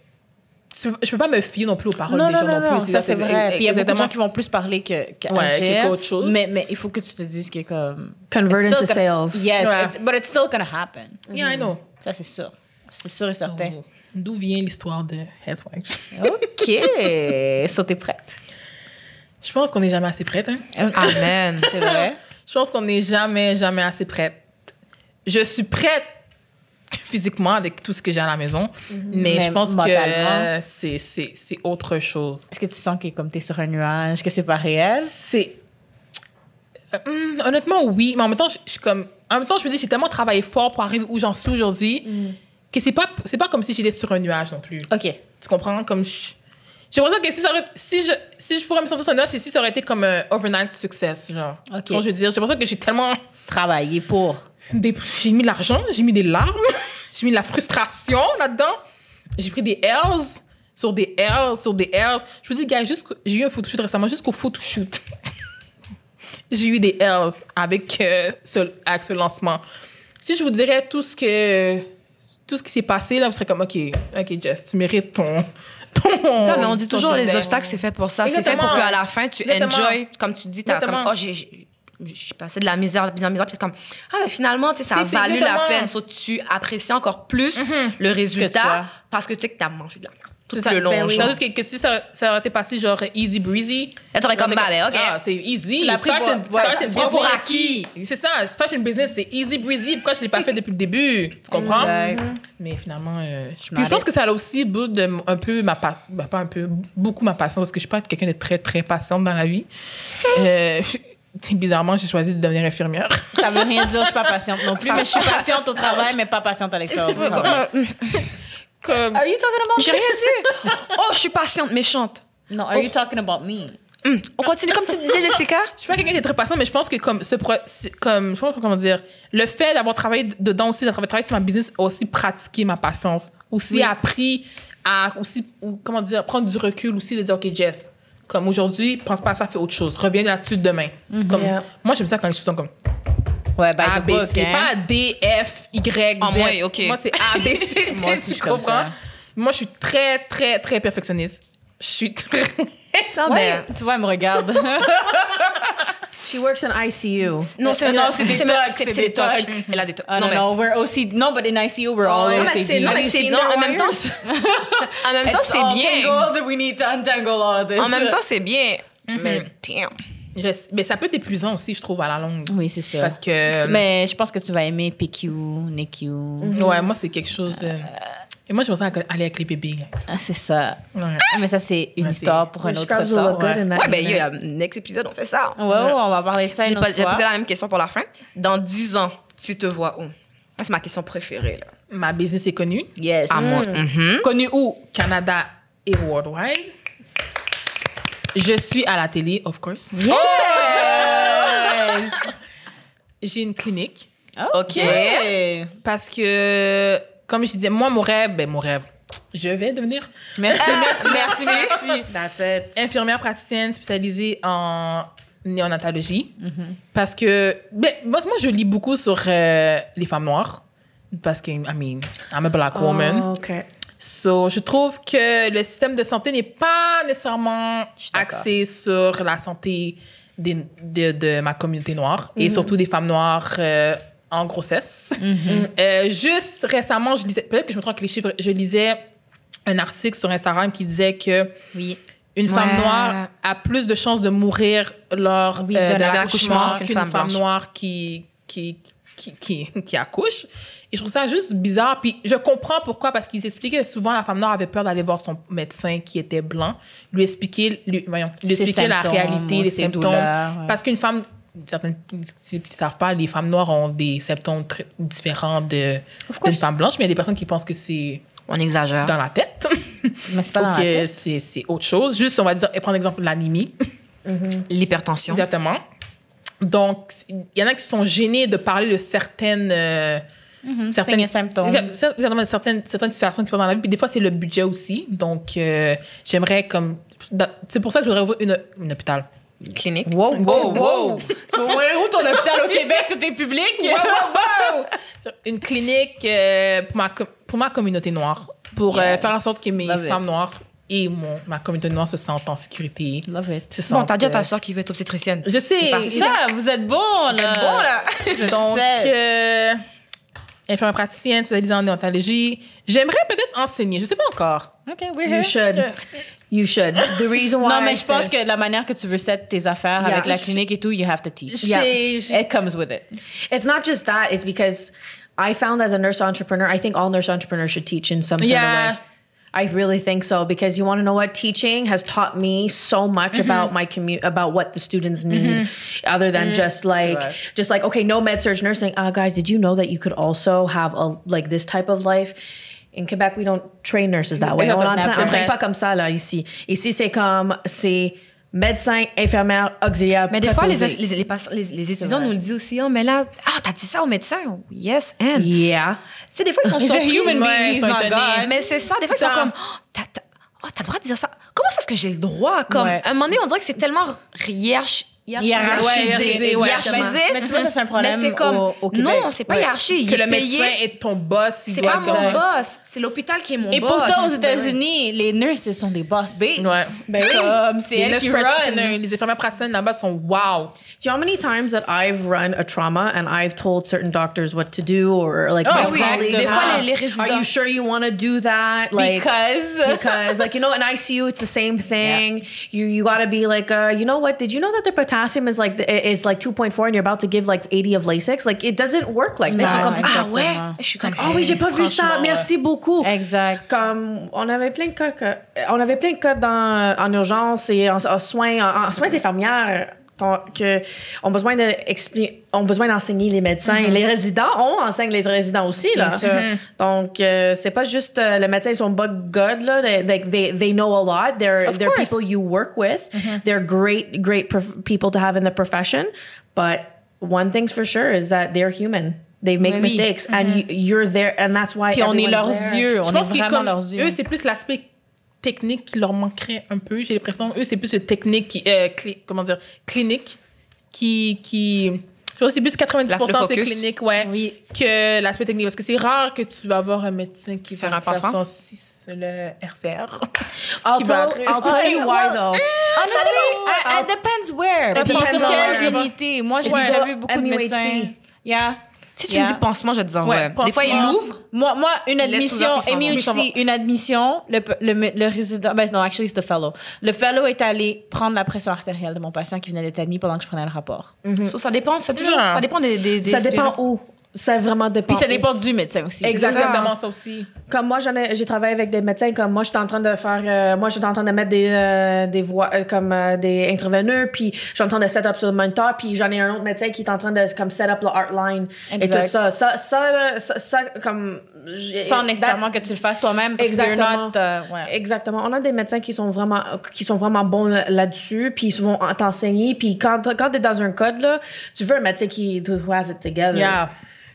Speaker 3: tu- je peux pas me fier non plus aux paroles
Speaker 1: Non,
Speaker 3: des
Speaker 1: non,
Speaker 3: gens
Speaker 1: non,
Speaker 3: non,
Speaker 1: non,
Speaker 3: plus.
Speaker 1: ça c'est vrai. Puis il y a beaucoup de
Speaker 3: Exactement.
Speaker 1: gens qui vont plus parler que qu'agir.
Speaker 3: Ouais, que qu'autre chose.
Speaker 1: Mais, mais il faut que tu te dises que comme...
Speaker 4: Convert
Speaker 1: It's still
Speaker 4: into
Speaker 1: gonna-
Speaker 4: sales.
Speaker 1: Yes,
Speaker 3: Ouais.
Speaker 1: it's- but it's still gonna happen.
Speaker 3: Yeah, I know.
Speaker 1: Ça, c'est sûr. C'est sûr et certain.
Speaker 3: D'où vient l'histoire de Headwives
Speaker 1: OK. so, t'es prête? Ah,
Speaker 3: Je pense qu'on n'est jamais assez prête. Hein?
Speaker 5: Amen.
Speaker 1: C'est vrai?
Speaker 3: Je pense qu'on n'est jamais, jamais assez prête. Je suis prête physiquement avec tout ce que j'ai à la maison, Mhm. mais,
Speaker 1: Mais
Speaker 3: je pense que
Speaker 1: mentalement?
Speaker 3: euh, c'est- c'est c'est autre chose.
Speaker 1: Est-ce que tu sens que comme t'es sur un nuage, que c'est pas réel?
Speaker 3: C'est. Euh, hum, honnêtement, oui, mais en même temps, je, je suis comme. En même temps, je me dis, j'ai tellement travaillé fort pour arriver où j'en suis aujourd'hui que c'est pas, c'est pas comme si j'étais sur un nuage non plus.
Speaker 1: Mm. OK.
Speaker 3: Tu comprends? Comme je. J'ai l'impression que si, ça aurait- si, je, si je pourrais me sentir sur un nuage, c'est si ça aurait été comme un overnight success. Genre.
Speaker 1: Ok.
Speaker 3: Comment je veux dire? J'ai l'impression que j'ai tellement.
Speaker 1: Travailler pour...
Speaker 3: des- j'ai mis de l'argent, j'ai mis des larmes, j'ai mis de la frustration là-dedans. J'ai pris des L's sur des L's sur des L's. Je vous dis, gars, jusqu'au- j'ai eu un photoshoot récemment, jusqu'au photoshoot. j'ai eu des L's avec, euh, ce, avec ce lancement. Si je vous dirais tout ce que tout ce qui s'est passé, là, vous serez comme, OK, OK, Jess, tu mérites ton... ton
Speaker 5: Non, mais on dit
Speaker 3: ton
Speaker 5: toujours les
Speaker 3: jardin.
Speaker 5: obstacles, c'est fait pour ça. C'est fait
Speaker 3: Exactement.
Speaker 5: pour qu'à la fin, tu
Speaker 3: Exactement.
Speaker 5: enjoy, comme tu dis, t'as comme,
Speaker 3: Exactement.
Speaker 5: oh, j'ai- j'ai j'ai passé de la misère, de la misère, puis t'es comme, ah, mais finalement, tu sais, ça a
Speaker 3: C'est- c'est
Speaker 5: valu la
Speaker 3: exactement. Mm-hmm.
Speaker 5: peine. So, tu apprécies encore plus le résultat
Speaker 1: sois.
Speaker 5: parce que tu sais que t'as mangé de la merde tout
Speaker 3: C'est ça.
Speaker 5: le long.
Speaker 3: Ben oui.
Speaker 5: genre.
Speaker 3: Tandis que, que si ça, ça aurait été passé genre easy breezy.
Speaker 5: Là, t'aurais comme,
Speaker 3: on est
Speaker 5: bah, ben, ok.
Speaker 3: Ah, c'est Ah, easy.
Speaker 1: Tu l'as pris
Speaker 3: Start
Speaker 1: pour-
Speaker 3: and-
Speaker 1: ouais,
Speaker 3: start
Speaker 1: tu
Speaker 3: and
Speaker 1: prends pour
Speaker 3: business.
Speaker 1: acquis.
Speaker 3: C'est ça. Start une business, c'est easy breezy. Pourquoi je l'ai pas fait depuis le début? Tu comprends?
Speaker 1: Exact.
Speaker 3: Mais finalement, euh, je, puis
Speaker 1: m'arrête.
Speaker 3: je pense que ça a aussi beaucoup de, m- un peu ma pa- bah, pas un peu, beaucoup ma patience parce que je suis pas quelqu'un de très, très patiente dans la vie. Euh, bizarrement, j'ai choisi de devenir infirmière.
Speaker 1: Ça veut rien dire, je suis pas patiente non plus, mais je suis patiente au travail, mais pas patiente à l'extérieur du travail.
Speaker 3: Comme,
Speaker 1: Are you talking about
Speaker 5: J'ai rien dit. Oh, je suis patiente, méchante.
Speaker 1: Non, are you talking about me?
Speaker 7: On continue comme tu disais, Jessica?
Speaker 3: Je suis pas quelqu'un qui est très patient, mais je pense que comme ce pro- c'est- comme je pense pas comment dire, le fait d'avoir travaillé d- dedans aussi, d'avoir travaillé sur ma business, a aussi pratiqué ma patience, aussi appris à aussi ou comment dire prendre du recul aussi de dire ok Jess, comme aujourd'hui pense pas à ça, fais autre chose, reviens là-dessus demain. Comme
Speaker 4: Yeah.
Speaker 3: moi j'aime ça quand les choses sont comme
Speaker 7: Ouais, Mhm. by
Speaker 1: Ah,
Speaker 7: hein.
Speaker 3: A B C, pas D F Y Z.
Speaker 7: Ah, moi, ok.
Speaker 3: Moi c'est A B C.
Speaker 7: Moi aussi, je suis
Speaker 3: tu
Speaker 7: comme
Speaker 3: comprends?
Speaker 7: ça.
Speaker 3: Moi je suis très très très perfectionniste. Je suis très
Speaker 4: Non,
Speaker 1: Ouais, tu vois, elle me regarde. Oh,
Speaker 4: She works in ICU.
Speaker 5: Non,
Speaker 1: Non,
Speaker 5: c'est non,
Speaker 1: c'est
Speaker 5: c'est
Speaker 1: des
Speaker 5: c'est-
Speaker 1: tocs,
Speaker 5: c'est-
Speaker 1: c'est
Speaker 5: c'est
Speaker 1: des
Speaker 5: des tocs.
Speaker 1: tocs. Ah,
Speaker 5: Elle a des tocs.
Speaker 1: I
Speaker 5: Non,
Speaker 1: don't
Speaker 5: mais
Speaker 1: know, we're OCD. No, but in ICU, we're all
Speaker 4: Oh, mais c'est-
Speaker 1: OCD.
Speaker 4: non, mais
Speaker 5: Mais
Speaker 4: c'est
Speaker 5: c'est- non, en même temps,
Speaker 4: Wires.
Speaker 5: en même temps,
Speaker 1: It's
Speaker 5: c'est
Speaker 1: all
Speaker 5: bien.
Speaker 1: tangled, we need to untangle all of this.
Speaker 5: En même temps, c'est bien. Mais damn.
Speaker 3: Je- mais ça peut être épuisant aussi je trouve à la longue.
Speaker 1: Oui, c'est sûr.
Speaker 3: Parce que Mhm.
Speaker 1: Mais je pense que tu vas aimer PQ, NQ.
Speaker 3: Ouais, moi, c'est quelque chose. euh, Et moi, je pensais à aller avec les bébés. guys.
Speaker 1: Ah, c'est ça.
Speaker 3: Ouais.
Speaker 1: Mais ça, c'est une
Speaker 3: Ouais, c'est-
Speaker 1: histoire pour un
Speaker 4: The
Speaker 1: autre
Speaker 4: scrubs will
Speaker 1: temps.
Speaker 4: look good
Speaker 1: Ouais,
Speaker 4: in that.
Speaker 5: Ouais, ben,
Speaker 4: unit.
Speaker 5: il y a le next épisode, on fait ça.
Speaker 1: ouais, ouais, on va parler de ça
Speaker 5: J'ai
Speaker 1: une
Speaker 5: pas-
Speaker 1: autre
Speaker 5: j'ai posé
Speaker 1: fois.
Speaker 5: la même question pour la fin. Dans 10 ans, tu te vois où? Ça, C'est ma question préférée. Là.
Speaker 3: Ma business est connue.
Speaker 1: Yes.
Speaker 5: À moi. Mhm.
Speaker 3: Connue où? Canada et worldwide. Je suis à la télé, of course.
Speaker 1: Yes.
Speaker 3: J'ai une clinique.
Speaker 1: Ah, OK.
Speaker 3: Parce que, comme je disais, moi, mon rêve, ben, mon rêve, je vais devenir
Speaker 1: Merci, merci,
Speaker 5: merci.
Speaker 1: merci, merci.
Speaker 4: That's it.
Speaker 3: infirmière praticienne spécialisée en néonatologie. Parce que, ben, moi, moi, je lis beaucoup sur euh, les femmes noires. Parce que, I mean, I'm a black woman.
Speaker 4: Oh, okay.
Speaker 3: So, je trouve que le système de santé n'est pas nécessairement
Speaker 1: d'accord.
Speaker 3: axé sur la santé des- de, de ma communauté noire
Speaker 1: Mhm.
Speaker 3: et surtout des femmes noires euh, en grossesse. Euh, juste récemment, je lisais, peut-être que je me trompe avec les chiffres, je lisais un article sur Instagram qui disait que
Speaker 1: Oui.
Speaker 3: une femme
Speaker 5: Ouais.
Speaker 3: noire a plus de chances de mourir lors
Speaker 5: Oui,
Speaker 3: euh,
Speaker 5: de
Speaker 3: de
Speaker 5: la-
Speaker 3: l'accouchement
Speaker 5: l'accouchement qu'une
Speaker 3: qu'une
Speaker 5: femme
Speaker 3: femme,
Speaker 5: blanche.
Speaker 3: noire qui qui, qui, qui qui accouche. Et je trouve ça juste bizarre. Puis je comprends pourquoi, parce qu'ils expliquaient que souvent la femme noire avait peur d'aller voir son médecin qui était blanc, lui expliquer, lui, voyons, lui
Speaker 1: Ses
Speaker 3: expliquer la
Speaker 1: symptômes,
Speaker 3: réalité, les
Speaker 1: ses
Speaker 3: symptômes.
Speaker 1: douleurs, ouais.
Speaker 3: Parce qu'une femme, certaines qui ne savent pas, les femmes noires ont des symptômes très différents de- d'une femme blanche, mais il y a des personnes qui pensent que c'est
Speaker 5: On exagère.
Speaker 3: dans la tête.
Speaker 1: Mais c'est Ah. pas dans la
Speaker 3: Donc, euh,
Speaker 1: tête.
Speaker 3: c'est c'est autre chose. Juste, on va dire, et prendre l'exemple de l'anémie.
Speaker 5: L'hypertension.
Speaker 3: Exactement. Donc, il y en a qui sont gênés de parler de certaines. euh,
Speaker 1: Signes et symptômes.
Speaker 3: Exact- Certainement, certaines, certaines situations qui sont dans la vie. Puis des fois, c'est le budget aussi. Donc, euh, j'aimerais comme. dans- C'est pour ça que je voudrais ouvrir une, une hôpital.
Speaker 5: Clinique. Oh,
Speaker 1: Wow, wow, wow. tu vas ouvrir où ton hôpital au Québec? Tout est public.
Speaker 3: Une clinique euh, pour, ma, com- pour ma communauté noire. Pour euh,
Speaker 1: Yes.
Speaker 3: faire en sorte que mes
Speaker 1: Love it.
Speaker 3: femmes noires et mon, ma communauté noire se sentent en sécurité.
Speaker 1: Love it.
Speaker 3: se
Speaker 5: Bon,
Speaker 3: sentent,
Speaker 5: t'as dit à
Speaker 3: euh,
Speaker 5: ta soeur qui veut être obstétricienne.
Speaker 3: Je
Speaker 5: T'es
Speaker 3: sais.
Speaker 5: partie.
Speaker 1: C'est ça, vous êtes bon, là.
Speaker 5: C'est bon, là.
Speaker 3: Donc,
Speaker 1: Sept.
Speaker 3: euh, infirmière praticienne, spécialisée en néontologie. J'aimerais peut-être enseigner, je sais pas encore.
Speaker 1: OK, we're
Speaker 4: You
Speaker 1: here.
Speaker 4: should. You should. The reason why.
Speaker 1: Non, mais
Speaker 4: I
Speaker 1: je pense
Speaker 4: said-
Speaker 1: que la manière que tu veux set tes affaires
Speaker 4: Yeah.
Speaker 1: avec la clinique et tout, you have to teach.
Speaker 4: Yeah.
Speaker 3: J'ai- j'ai-
Speaker 1: It comes with it.
Speaker 4: It's not just that. It's because I found as a nurse entrepreneur, I think all nurse entrepreneurs should teach in some sort
Speaker 3: Yeah.
Speaker 4: of way. I really think so because you want to know what teaching has taught me so much
Speaker 5: Mm-hmm.
Speaker 4: about my commute, about what the students need, other
Speaker 5: Mm-hmm.
Speaker 4: than just like, just like okay, no med surge nursing. Uh, guys, did you know that you could also have a like this type of life? In Quebec, we don't train nurses that way.
Speaker 3: Yeah,
Speaker 4: On
Speaker 3: but
Speaker 4: entra-
Speaker 3: that's
Speaker 4: on enseigne
Speaker 3: right.
Speaker 4: pas comme ça là ici. Ici, c'est comme c'est médecin, infirmière, auxiliaire.
Speaker 5: Mais des fois, les,
Speaker 4: préposé.
Speaker 5: les, les, pass- les- les étudiants nous le disent aussi. Oh, mais là, ah, t'as dit ça au médecin? Yes, and.
Speaker 4: yeah.
Speaker 5: Tu sais, des fois, ils sont
Speaker 1: He's a
Speaker 5: surpris.
Speaker 1: human being,
Speaker 3: Ouais,
Speaker 1: he's
Speaker 3: ils sont
Speaker 1: not
Speaker 3: étonnés.
Speaker 1: God.
Speaker 5: Mais c'est ça, des fois, ils
Speaker 3: Ça.
Speaker 5: sont comme, oh, t'as t'as- oh, t'as le droit de dire ça. Comment est-ce que j'ai le droit? Comme,
Speaker 1: Ouais.
Speaker 5: à un moment donné, on dirait que c'est tellement hiérarchi-
Speaker 3: Ouais,
Speaker 5: hiérarchisé.
Speaker 3: hiérarchisé, ouais,
Speaker 5: Hiérarchisé.
Speaker 1: Mais tu vois, ça, c'est un
Speaker 5: Mais
Speaker 1: problème
Speaker 5: c'est comme,
Speaker 1: au, au Québec.
Speaker 5: non, c'est pas hiérarchie. Il
Speaker 3: que
Speaker 5: est
Speaker 3: le
Speaker 5: payé.
Speaker 3: médecin est ton boss. il
Speaker 5: C'est
Speaker 3: doit
Speaker 5: pas
Speaker 3: être-
Speaker 5: mon boss, c'est l'hôpital qui est mon
Speaker 1: Et
Speaker 5: boss.
Speaker 1: pourtant, aux États-Unis, les nurses, elles sont des boss babes.
Speaker 3: Ouais.
Speaker 4: Ben oui.
Speaker 1: Comme c'est
Speaker 3: Les
Speaker 1: elles
Speaker 3: nurse
Speaker 1: qui run.
Speaker 3: practitioners, les infirmières praticiennes là-bas sont wow.
Speaker 4: Do you know how many times that I've run a trauma and I've told certain doctors what to do or like my
Speaker 3: ben oui,
Speaker 4: colleagues?
Speaker 3: des fois,
Speaker 4: ah,
Speaker 5: les- les résidents.
Speaker 4: Are you sure you want to do that? Like
Speaker 1: Because.
Speaker 4: because like you know in ICU it's the same thing. You you got to be like uh, you know what? Did you know that their potassium is like the, is like 2.4 and you're about to give like 80 of Lasix? Like it doesn't work like
Speaker 5: Ils sont
Speaker 4: that.
Speaker 5: comme, ah
Speaker 1: exactement.
Speaker 5: ouais? Je suis comme,
Speaker 4: Ah oui, j'ai pas vu ça.
Speaker 3: Franchement,
Speaker 4: Merci beaucoup.
Speaker 1: Exact.
Speaker 4: Comme on avait plein de cas, que- on avait plein de cas dans, en urgence et en, en soins, en, en soins infirmières qu'on- que ont besoin de expli- ont besoin d'enseigner les médecins. Les résidents, on enseigne les résidents aussi
Speaker 1: Mm-hmm.
Speaker 4: là.
Speaker 1: Bien sûr.
Speaker 4: Mhm. Donc euh, c'est pas juste euh, les médecins ils sont bug god là. They, they- they, they know a lot. They're
Speaker 1: Of
Speaker 4: they're
Speaker 1: course. Mm-hmm.
Speaker 4: people you work with. They're great great prof- people to have in the profession. But one thing's for sure is that they're human. They make
Speaker 1: Mais oui. Mm-hmm.
Speaker 4: mistakes and you- you're there and that's why.
Speaker 1: Puis on est
Speaker 4: everyone's
Speaker 1: leurs
Speaker 4: there.
Speaker 1: yeux.
Speaker 3: Je
Speaker 1: On
Speaker 3: pense
Speaker 1: est
Speaker 3: que
Speaker 1: vraiment
Speaker 3: comme
Speaker 1: leurs yeux.
Speaker 3: eux, c'est plus l'aspect technique qui leur manquerait un peu. J'ai l'impression, eux, c'est plus le technique, qui, euh, cli- comment dire, clinique qui. qui je pense que c'est plus 90%
Speaker 5: La- le
Speaker 3: c'est
Speaker 5: focus.
Speaker 3: clinique, ouais, que l'aspect technique. Parce que c'est rare que tu vas avoir un médecin qui va
Speaker 5: Faire un
Speaker 3: faire
Speaker 5: pansement?
Speaker 3: son six- le RCR.
Speaker 4: I'll
Speaker 3: qui va
Speaker 4: tell,
Speaker 3: après-
Speaker 4: I'll tell you why though.
Speaker 1: Ah, It depends where. Puis
Speaker 3: depends
Speaker 1: sur
Speaker 3: on
Speaker 1: quelle
Speaker 3: where.
Speaker 1: unité. Moi, j'ai
Speaker 3: Ouais.
Speaker 1: déjà vu beaucoup de
Speaker 4: MUHC.
Speaker 1: médecins. Yeah.
Speaker 5: Si tu
Speaker 1: Yeah.
Speaker 5: me dis pansement, je vais te dire ouais.
Speaker 3: Ouais,
Speaker 5: Des fois, il
Speaker 3: pansement.
Speaker 5: l'ouvre.
Speaker 1: Moi, moi, une
Speaker 5: Il laisse ouvert,
Speaker 1: admission,
Speaker 5: puis il s'en va.
Speaker 1: MUHC, une admission, le, pe- le, mé- le résident, ben non, actually, c'est le fellow. Le fellow est allé prendre la pression artérielle de mon patient qui venait d'être admis pendant que je prenais le rapport.
Speaker 5: So, ça dépend, ça, toujours,
Speaker 3: Ouais.
Speaker 5: Mhm. ça dépend des, des, des
Speaker 4: Ça dépend où. Ça vraiment dépend.
Speaker 1: Puis ça
Speaker 4: où.
Speaker 1: dépend du médecin aussi.
Speaker 3: C'est
Speaker 4: Exactement.
Speaker 3: Exactement ça aussi.
Speaker 4: Comme moi, j'en ai- j'ai travaillé avec des médecins, comme moi, j'étais en train de faire, euh, moi, j'étais en train de mettre des, euh, des voix, euh, comme euh, des interveneurs, puis j'étais en train de set up sur le monitor, puis j'en ai un autre médecin qui est en train de, comme, set up le art line et
Speaker 1: Exact.
Speaker 4: tout ça. Ça, ça, là, ça, ça, comme. j'ai-
Speaker 1: Sans nécessairement
Speaker 4: that's-
Speaker 1: que tu le fasses toi-même. parce que you're
Speaker 4: Exactement.
Speaker 1: not, euh, ouais.
Speaker 4: Exactement. On a des médecins qui sont vraiment, qui sont vraiment bons là- là-dessus, puis ils vont t'enseigner. Puis quand, quand t'es dans un code, là, tu veux un médecin qui who has it together.
Speaker 3: Yeah.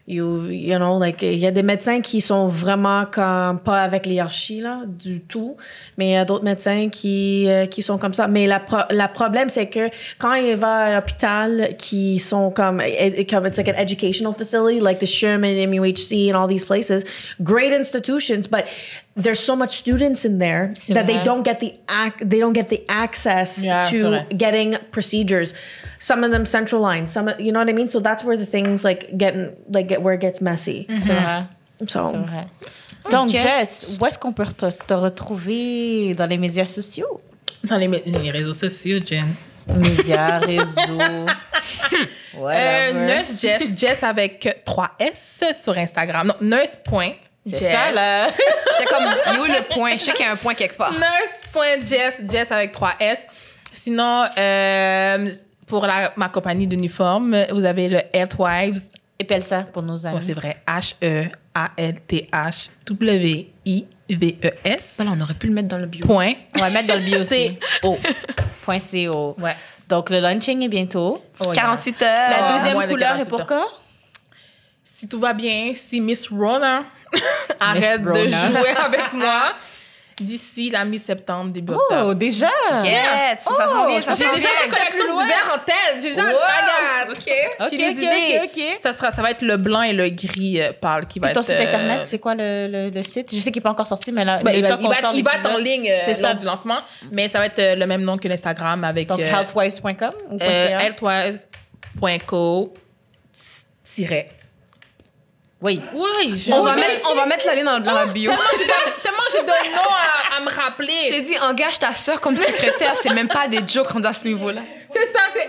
Speaker 4: You, you know, like, il y a des médecins qui sont vraiment comme pas avec l'hierarchie, là, du tout. Mais il y a d'autres médecins qui, euh, qui sont comme ça. Mais la, pro- la problème, c'est que quand il va à l'hôpital, qui sont comme, eh, comme, it's like an educational facility, like the Sherman MUHC and all these places, great institutions, but there's so much students in there that they
Speaker 1: vrai.
Speaker 4: don't get the, ac- they don't get the access
Speaker 3: Yeah, c'est
Speaker 4: to
Speaker 3: vrai.
Speaker 4: getting procedures. Some of them central line, some of- you know what I mean. So that's where the things like getting like get where it gets messy.
Speaker 1: C'est vrai. C'est
Speaker 4: So
Speaker 1: vrai. Donc, Oh, Jess, où est-ce qu'on peut te, te retrouver dans les médias sociaux?
Speaker 3: Dans les, mé- les réseaux sociaux, Jen.
Speaker 1: Médias, réseaux.
Speaker 3: Euh,
Speaker 1: whatever.
Speaker 3: nurse Jess, Jess avec 3S sur Instagram. Non, nurse. point
Speaker 1: C'est
Speaker 3: Jess.
Speaker 1: ça, là.
Speaker 5: J'étais comme, il est où le point? Je sais qu'il y a un point quelque part.
Speaker 3: Nurse.jess, Jess avec 3 S. Sinon, euh, pour la- ma compagnie d'uniforme, vous avez le Health Wives.
Speaker 1: Épelle ça pour nos
Speaker 3: Ouais,
Speaker 1: amis.
Speaker 3: c'est vrai. E H-E-A-L-T-H-W-I-V-E-S.
Speaker 5: Voilà, on aurait pu le mettre dans le bio.
Speaker 3: E Point.
Speaker 1: On va mettre dans le bio aussi. O. Point CO.
Speaker 3: Ouais.
Speaker 1: Donc, le launching est bientôt. Euh,
Speaker 3: Oh, yeah.
Speaker 5: 48 heures.
Speaker 1: La
Speaker 3: Ah,
Speaker 1: deuxième
Speaker 3: moins de
Speaker 1: couleur est
Speaker 3: 48
Speaker 1: pour quand?
Speaker 3: Si tout va bien, si Miss Rona arrête de
Speaker 1: Rona.
Speaker 3: jouer avec moi d'ici la mi-septembre, début octobre.
Speaker 1: Oh, déjà!
Speaker 5: Ah. Yeah, ça, ça s'en vient, ça
Speaker 3: J'ai
Speaker 5: s'en
Speaker 3: déjà
Speaker 5: vient.
Speaker 3: ces collections
Speaker 1: loin.
Speaker 3: d'hiver en tête. J'ai déjà
Speaker 5: Wow,
Speaker 3: regarde.
Speaker 5: OK.
Speaker 1: Ok,
Speaker 3: J'ai des
Speaker 1: ok,
Speaker 3: idées.
Speaker 1: ok, ok.
Speaker 3: Ça, sera, ça va être le blanc et le gris euh, pâle qui va
Speaker 1: Puis ton
Speaker 3: être...
Speaker 1: site
Speaker 3: euh,
Speaker 1: internet, c'est quoi le, le- le site? Je sais qu'il n'est pas encore sorti, mais là,
Speaker 3: ben,
Speaker 1: le
Speaker 3: il, va,
Speaker 1: temps
Speaker 3: il
Speaker 1: qu'on
Speaker 3: va-
Speaker 1: sort
Speaker 3: il va être en
Speaker 1: l'épisode-
Speaker 3: ligne euh,
Speaker 1: C'est ça.
Speaker 3: lors du lancement, mais ça va être euh, le même nom que l'Instagram avec
Speaker 1: Donc,
Speaker 3: euh,
Speaker 1: housewives.com ou
Speaker 3: euh,
Speaker 1: .ca?
Speaker 3: healthwise.co tiret.
Speaker 1: Oui.
Speaker 3: Oui, je...
Speaker 5: On va, mettre, on va mettre la ligne dans, dans la bio.
Speaker 3: Tellement j'ai de- tellement j'ai de noms à, à me rappeler.
Speaker 5: Je t'ai dit, engage ta soeur comme secrétaire. C'est même pas des jokes rendus à ce niveau-là.
Speaker 3: C'est ça, c'est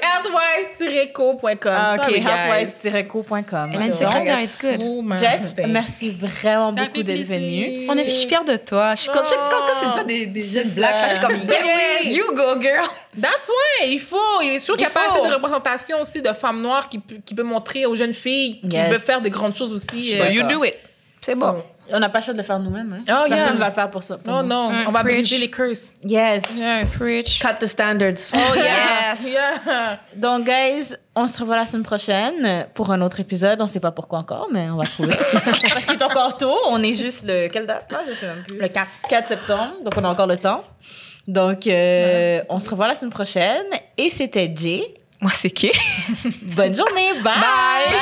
Speaker 3: healthwise-co.com.
Speaker 1: Ah, OK,
Speaker 3: Sorry, guys.
Speaker 1: housewives-co.com.
Speaker 5: Elle a une secrétaire, it's good.
Speaker 3: Oh, man.
Speaker 1: Jess,
Speaker 3: Ça
Speaker 1: merci vraiment
Speaker 3: fait
Speaker 1: beaucoup d'être
Speaker 3: plaisir.
Speaker 1: venue.
Speaker 5: On est, je suis fière de toi. Je suis contente. Quand, quand c'est déjà des, des jeunes blacks, là, je suis comme, yes, you go, girl.
Speaker 3: That's why, il faut. Il est sûr qu'il n'y a
Speaker 5: Il
Speaker 3: pas
Speaker 5: faut.
Speaker 3: assez de représentation aussi de femmes noires qui, peut- qui peut montrer aux jeunes filles qui
Speaker 1: Yes.
Speaker 3: peuvent faire des grandes choses aussi.
Speaker 5: So
Speaker 3: euh,
Speaker 5: you do it. C'est bon.
Speaker 1: On n'a pas le choix de le faire nous-mêmes. Hein?
Speaker 3: Oh, yeah.
Speaker 1: Personne ne va le faire pour ça. pour
Speaker 3: Non,
Speaker 1: nous.
Speaker 3: Oh non,
Speaker 5: Mm,
Speaker 3: on va
Speaker 5: preach.
Speaker 3: briser les curses.
Speaker 1: Yes.
Speaker 5: Preach.
Speaker 4: cut the standards.
Speaker 3: Oh,
Speaker 5: yeah. Yes.
Speaker 3: yeah.
Speaker 1: Donc, guys, on se revoit la semaine prochaine pour un autre épisode. On ne sait pas pourquoi encore, mais on va trouver. Parce qu'il est encore tôt. On est juste le. Quelle date là? Je sais même plus.
Speaker 3: Le 4.
Speaker 1: 4 septembre. Donc, on a encore le temps. Donc, euh, on se revoit la semaine prochaine. Et c'était Jay.
Speaker 5: Moi, c'est qui?
Speaker 1: Bonne journée. Bye.